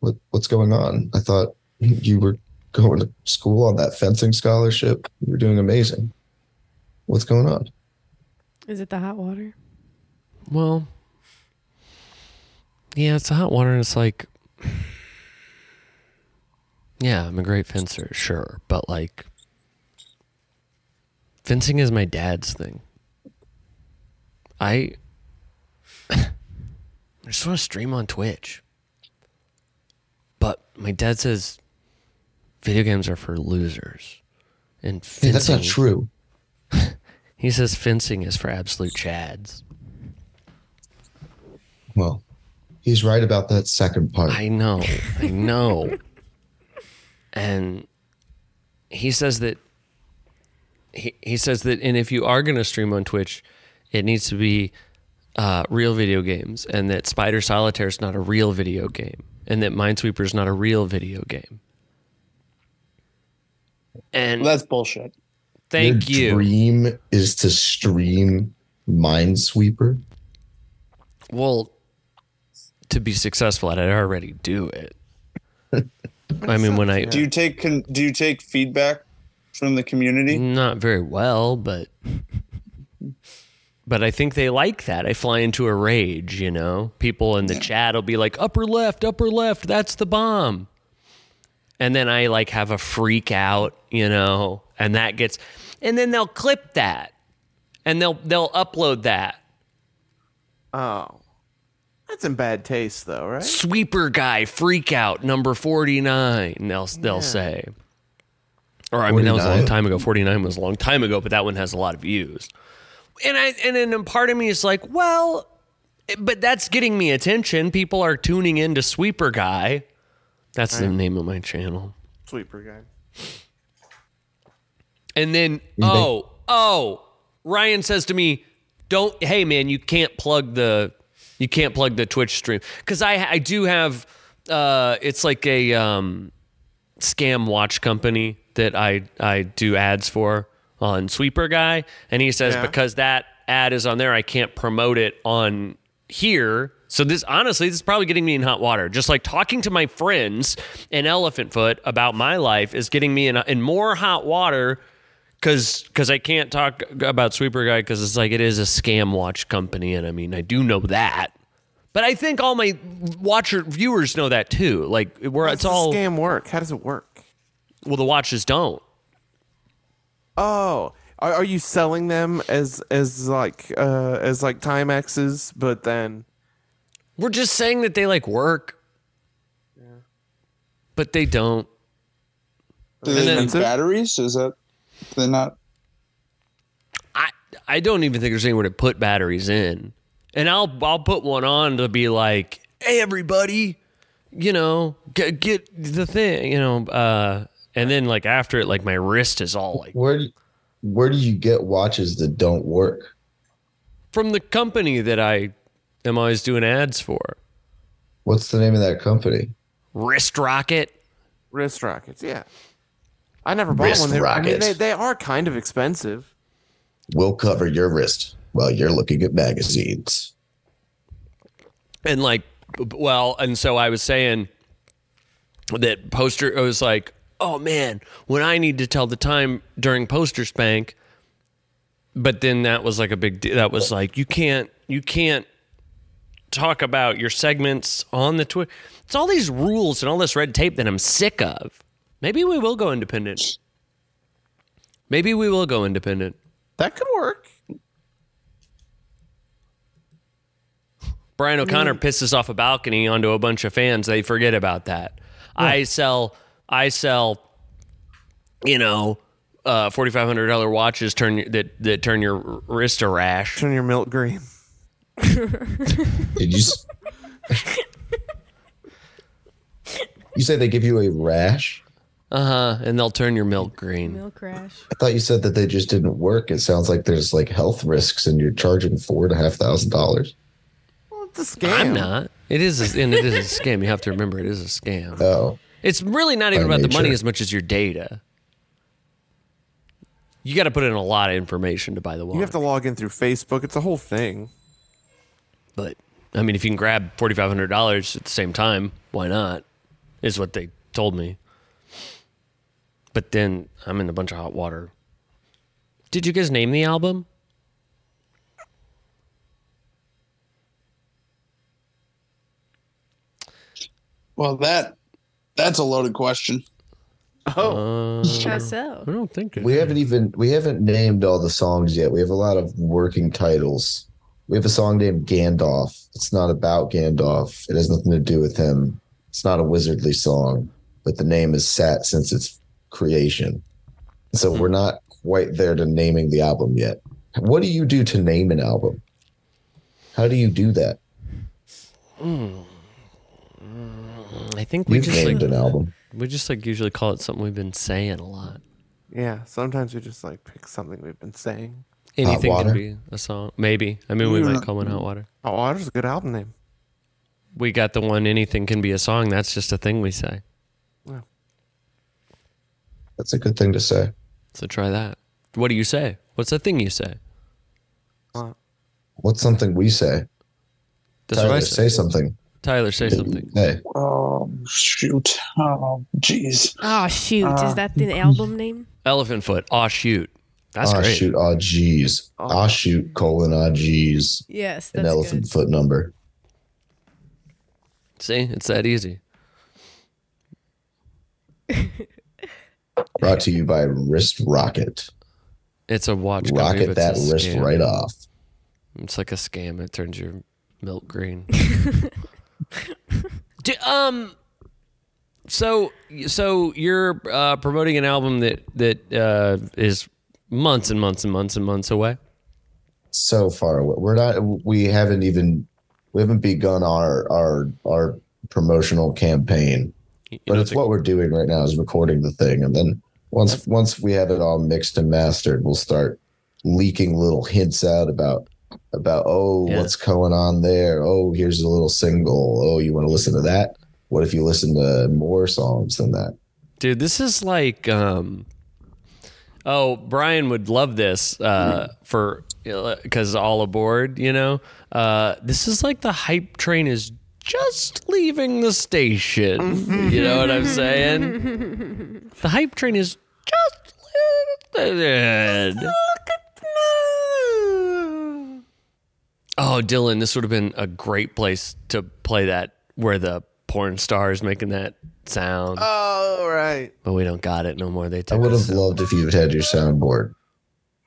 Speaker 4: what, what's going on? I thought you were going to school on that fencing scholarship. You were doing amazing. What's going on?
Speaker 3: Is it the hot water?
Speaker 1: Well, yeah, it's the hot water, and it's like, yeah, I'm a great fencer, sure, but like, fencing is my dad's thing. I, I just want to stream on Twitch, but my dad says video games are for losers, and fencing,
Speaker 4: Hey, that's not true.
Speaker 1: He says fencing is for absolute chads.
Speaker 4: Well, he's right about that second part.
Speaker 1: I know. I know. and he says that he, he says that and if you are going to stream on Twitch, it needs to be uh, real video games and that Spider Solitaire is not a real video game and that Minesweeper is not a real video game. And
Speaker 5: That's bullshit.
Speaker 1: thank
Speaker 4: Your
Speaker 1: you.
Speaker 4: Dream is to stream Minesweeper.
Speaker 1: Well, to be successful at it, I already do it. I mean, when I
Speaker 5: Do you take con- do you take feedback from the community?
Speaker 1: Not very well, but but I think they like that. I fly into a rage, you know. People in the chat will be like, "Upper left, upper left, that's the bomb," and then I like have a freak out, you know, and that gets, and then they'll clip that, and they'll they'll upload that.
Speaker 2: Oh, that's in bad taste, though, right?
Speaker 1: sweeper guy freak out number 49 they'll they'll say or i mean that was a long
Speaker 4: 49?
Speaker 1: time ago 49 was a long time ago but that one has a lot of views and i and then part of me is like well but that's getting me attention people are tuning in to sweeper guy that's the name of my channel
Speaker 2: Sweeper guy.
Speaker 1: and then oh oh Ryan says to me, "Don't hey man, you can't plug the you can't plug the Twitch stream because I I do have uh it's like a um scam watch company that I I do ads for on Sweeper Guy and he says
Speaker 2: Yeah.
Speaker 1: because that ad is on there I can't promote it on here. So this honestly this is probably getting me in hot water. Just like talking to my friends in Elephant Foot about my life is getting me in in more hot water because because I can't talk about Sweeper Guy because it's like it is a scam watch company, and I mean I do know that, but I think all my watcher viewers know that too. Like we're
Speaker 2: It's
Speaker 1: it's all
Speaker 2: scam work. How does it work?
Speaker 1: well the watches don't.
Speaker 2: Oh, are, are you selling them as as like uh as like Timexes, but then
Speaker 1: We're just saying that they like work, but they don't.
Speaker 5: Do
Speaker 1: And
Speaker 5: they
Speaker 1: then-
Speaker 5: need batteries? Is that they're not?
Speaker 1: I I don't even think there's anywhere to put batteries in. And I'll I'll put one on to be like, hey everybody, you know, get, get the thing, you know, uh, and then like after it, like my wrist is all like
Speaker 4: Where do- where do you get watches that don't work?
Speaker 1: from the company that I am always doing ads for,
Speaker 4: What's the name of that company?
Speaker 1: Wrist Rocket.
Speaker 2: wrist rockets? Yeah, I never bought
Speaker 4: Wrist
Speaker 2: one. They, I mean,
Speaker 4: rockets.
Speaker 2: they, they are kind of expensive.
Speaker 4: We'll cover your wrist while you're looking at magazines.
Speaker 1: and like b- b- well and so i was saying that poster I was like oh man when i need to tell the time during poster spank but then that was like a big de- that was like you can't you can't talk about your segments on the twitter it's all these rules and all this red tape that i'm sick of maybe we will go independent maybe we will go independent
Speaker 2: That could work.
Speaker 1: Brian O'Connor pisses off a balcony onto a bunch of fans. They forget about that. I sell, I sell, you know, uh, forty five hundred dollar watches turn your- that that turn your wrist a rash.
Speaker 2: Turn your milk green.
Speaker 4: Did you? s- you say they give you a rash?
Speaker 1: Uh huh. And they'll turn your milk green.
Speaker 3: Milk crash.
Speaker 4: I thought you said that they just didn't work. It sounds like there's like health risks, and you're charging four and a half thousand dollars.
Speaker 2: Well, it's a scam.
Speaker 1: I'm not. It is, a, and it is a scam. You have to remember, it is a scam.
Speaker 4: Oh,
Speaker 1: It's really not even about the money
Speaker 4: nature.
Speaker 1: as much as your data. You got to put in a lot of information to buy the watch.
Speaker 2: You have to log in through Facebook. It's a whole thing.
Speaker 1: But I mean, if you can grab forty five hundred dollars at the same time, why not? Is what they told me. but then I'm in a bunch of hot water. Did you guys name the album?
Speaker 5: Well, that that's a loaded question.
Speaker 1: Uh,
Speaker 3: How so?
Speaker 1: I don't think it.
Speaker 4: We haven't even we haven't named all the songs yet. We have a lot of working titles. We have a song named Gandalf. It's not about Gandalf. It has nothing to do with him. It's not a wizardly song, but the name is set since its creation. So
Speaker 1: Hmm.
Speaker 4: we're not quite there to naming the album yet. What do you do to name an album? How do you do that?
Speaker 1: I think we
Speaker 4: We've
Speaker 1: just
Speaker 4: named
Speaker 1: like
Speaker 4: an album.
Speaker 1: we just like usually call it something we've been saying a lot.
Speaker 2: Yeah, sometimes we just like pick something we've been saying.
Speaker 1: Anything
Speaker 4: water?
Speaker 1: could be a song. Maybe. I mean, we might call one hot water.
Speaker 2: Oh, Water's a good album name.
Speaker 1: We got the one. Anything can be a song. That's just a thing we say.
Speaker 4: That's a good thing to say.
Speaker 1: So try that. What do you say? What's the thing you say?
Speaker 4: What's something we say?
Speaker 1: That's what I
Speaker 4: Tyler,
Speaker 1: say.
Speaker 4: say something.
Speaker 1: Tyler, say something.
Speaker 4: Hey,
Speaker 5: Oh shoot! Oh jeez.
Speaker 3: Oh shoot! Is that the album name?
Speaker 1: Elephant foot. Aw shoot. That's
Speaker 4: ah
Speaker 1: great. Oh.
Speaker 4: shoot, ah geez, ah shoot, colon, ah geez.
Speaker 3: Yes,
Speaker 4: an
Speaker 3: that's
Speaker 4: elephant
Speaker 3: good.
Speaker 4: foot number.
Speaker 1: See, it's that easy.
Speaker 4: Brought to you by Wrist Rocket.
Speaker 1: It's a watch. company,
Speaker 4: Rocket
Speaker 1: but
Speaker 4: that
Speaker 1: it's a
Speaker 4: wrist
Speaker 1: scam.
Speaker 4: right off.
Speaker 1: It's like a scam. It turns your milk green. Do, um. So so you're uh, promoting an album that that uh, is months and months and months and months away.
Speaker 4: So far away. We're not we haven't even we haven't begun our our our promotional campaign.
Speaker 1: You
Speaker 4: But
Speaker 1: know,
Speaker 4: it's what we're doing right now is recording the thing and then once once we have it all mixed and mastered, we'll start leaking little hints out about about oh
Speaker 1: Yeah.
Speaker 4: what's going on there. Oh, here's a little single. Oh, you want to listen to that? What if you listen to more songs than that?
Speaker 1: dude this is like um oh brian would love this uh for because all aboard you know uh this is like the hype train is just leaving the
Speaker 4: Mm-hmm.
Speaker 1: station you know what i'm saying the hype train is just leaving. oh dylan this would have been a great place to play that where the porn star is making that sound
Speaker 2: Oh, right.
Speaker 1: but we don't got it no more. They
Speaker 4: I
Speaker 1: took
Speaker 4: would
Speaker 1: us.
Speaker 4: have loved if you had your soundboard.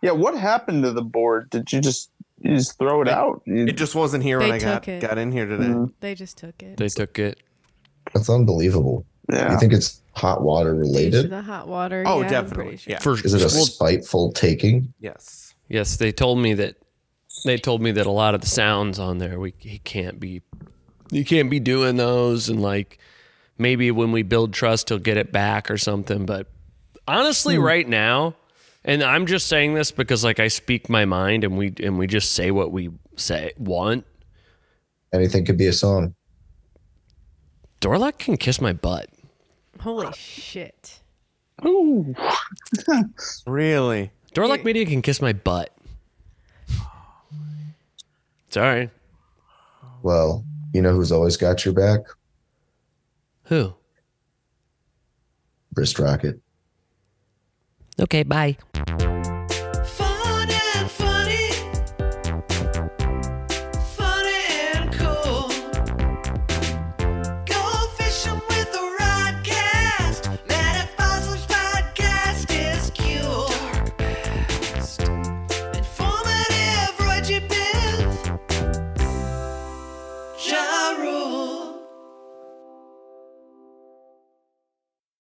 Speaker 5: Yeah, what happened to the board? Did you just you just throw it out? You-
Speaker 2: It just wasn't here
Speaker 3: They
Speaker 2: when I got
Speaker 3: took it.
Speaker 2: got in here today.
Speaker 3: They just took it.
Speaker 1: They took it.
Speaker 4: That's unbelievable.
Speaker 5: yeah.
Speaker 4: You think it's hot water
Speaker 3: Due to
Speaker 4: related?
Speaker 3: the hot water.
Speaker 2: Oh,
Speaker 3: yeah, I'm
Speaker 2: definitely.
Speaker 3: pretty sure.
Speaker 2: Yeah.
Speaker 1: For
Speaker 4: Is it a
Speaker 1: well,
Speaker 4: spiteful taking?
Speaker 2: Yes.
Speaker 1: yes, they told me that. They told me that a lot of the sounds on there, we he can't be, you can't be doing those, and like maybe when we build trust, he'll get it back or something. But honestly,
Speaker 4: Hmm.
Speaker 1: right now, and I'm just saying this because like I speak my mind, and we and we just say what we say want.
Speaker 4: Anything could be a song.
Speaker 1: Dorlock can kiss my butt.
Speaker 3: Holy shit!
Speaker 5: Ooh.
Speaker 2: Really?
Speaker 1: Dorlock Media can kiss my butt. Sorry,
Speaker 4: Well, you know who's always got your back?
Speaker 1: who?
Speaker 4: Wrist Rocket.
Speaker 1: Okay, bye.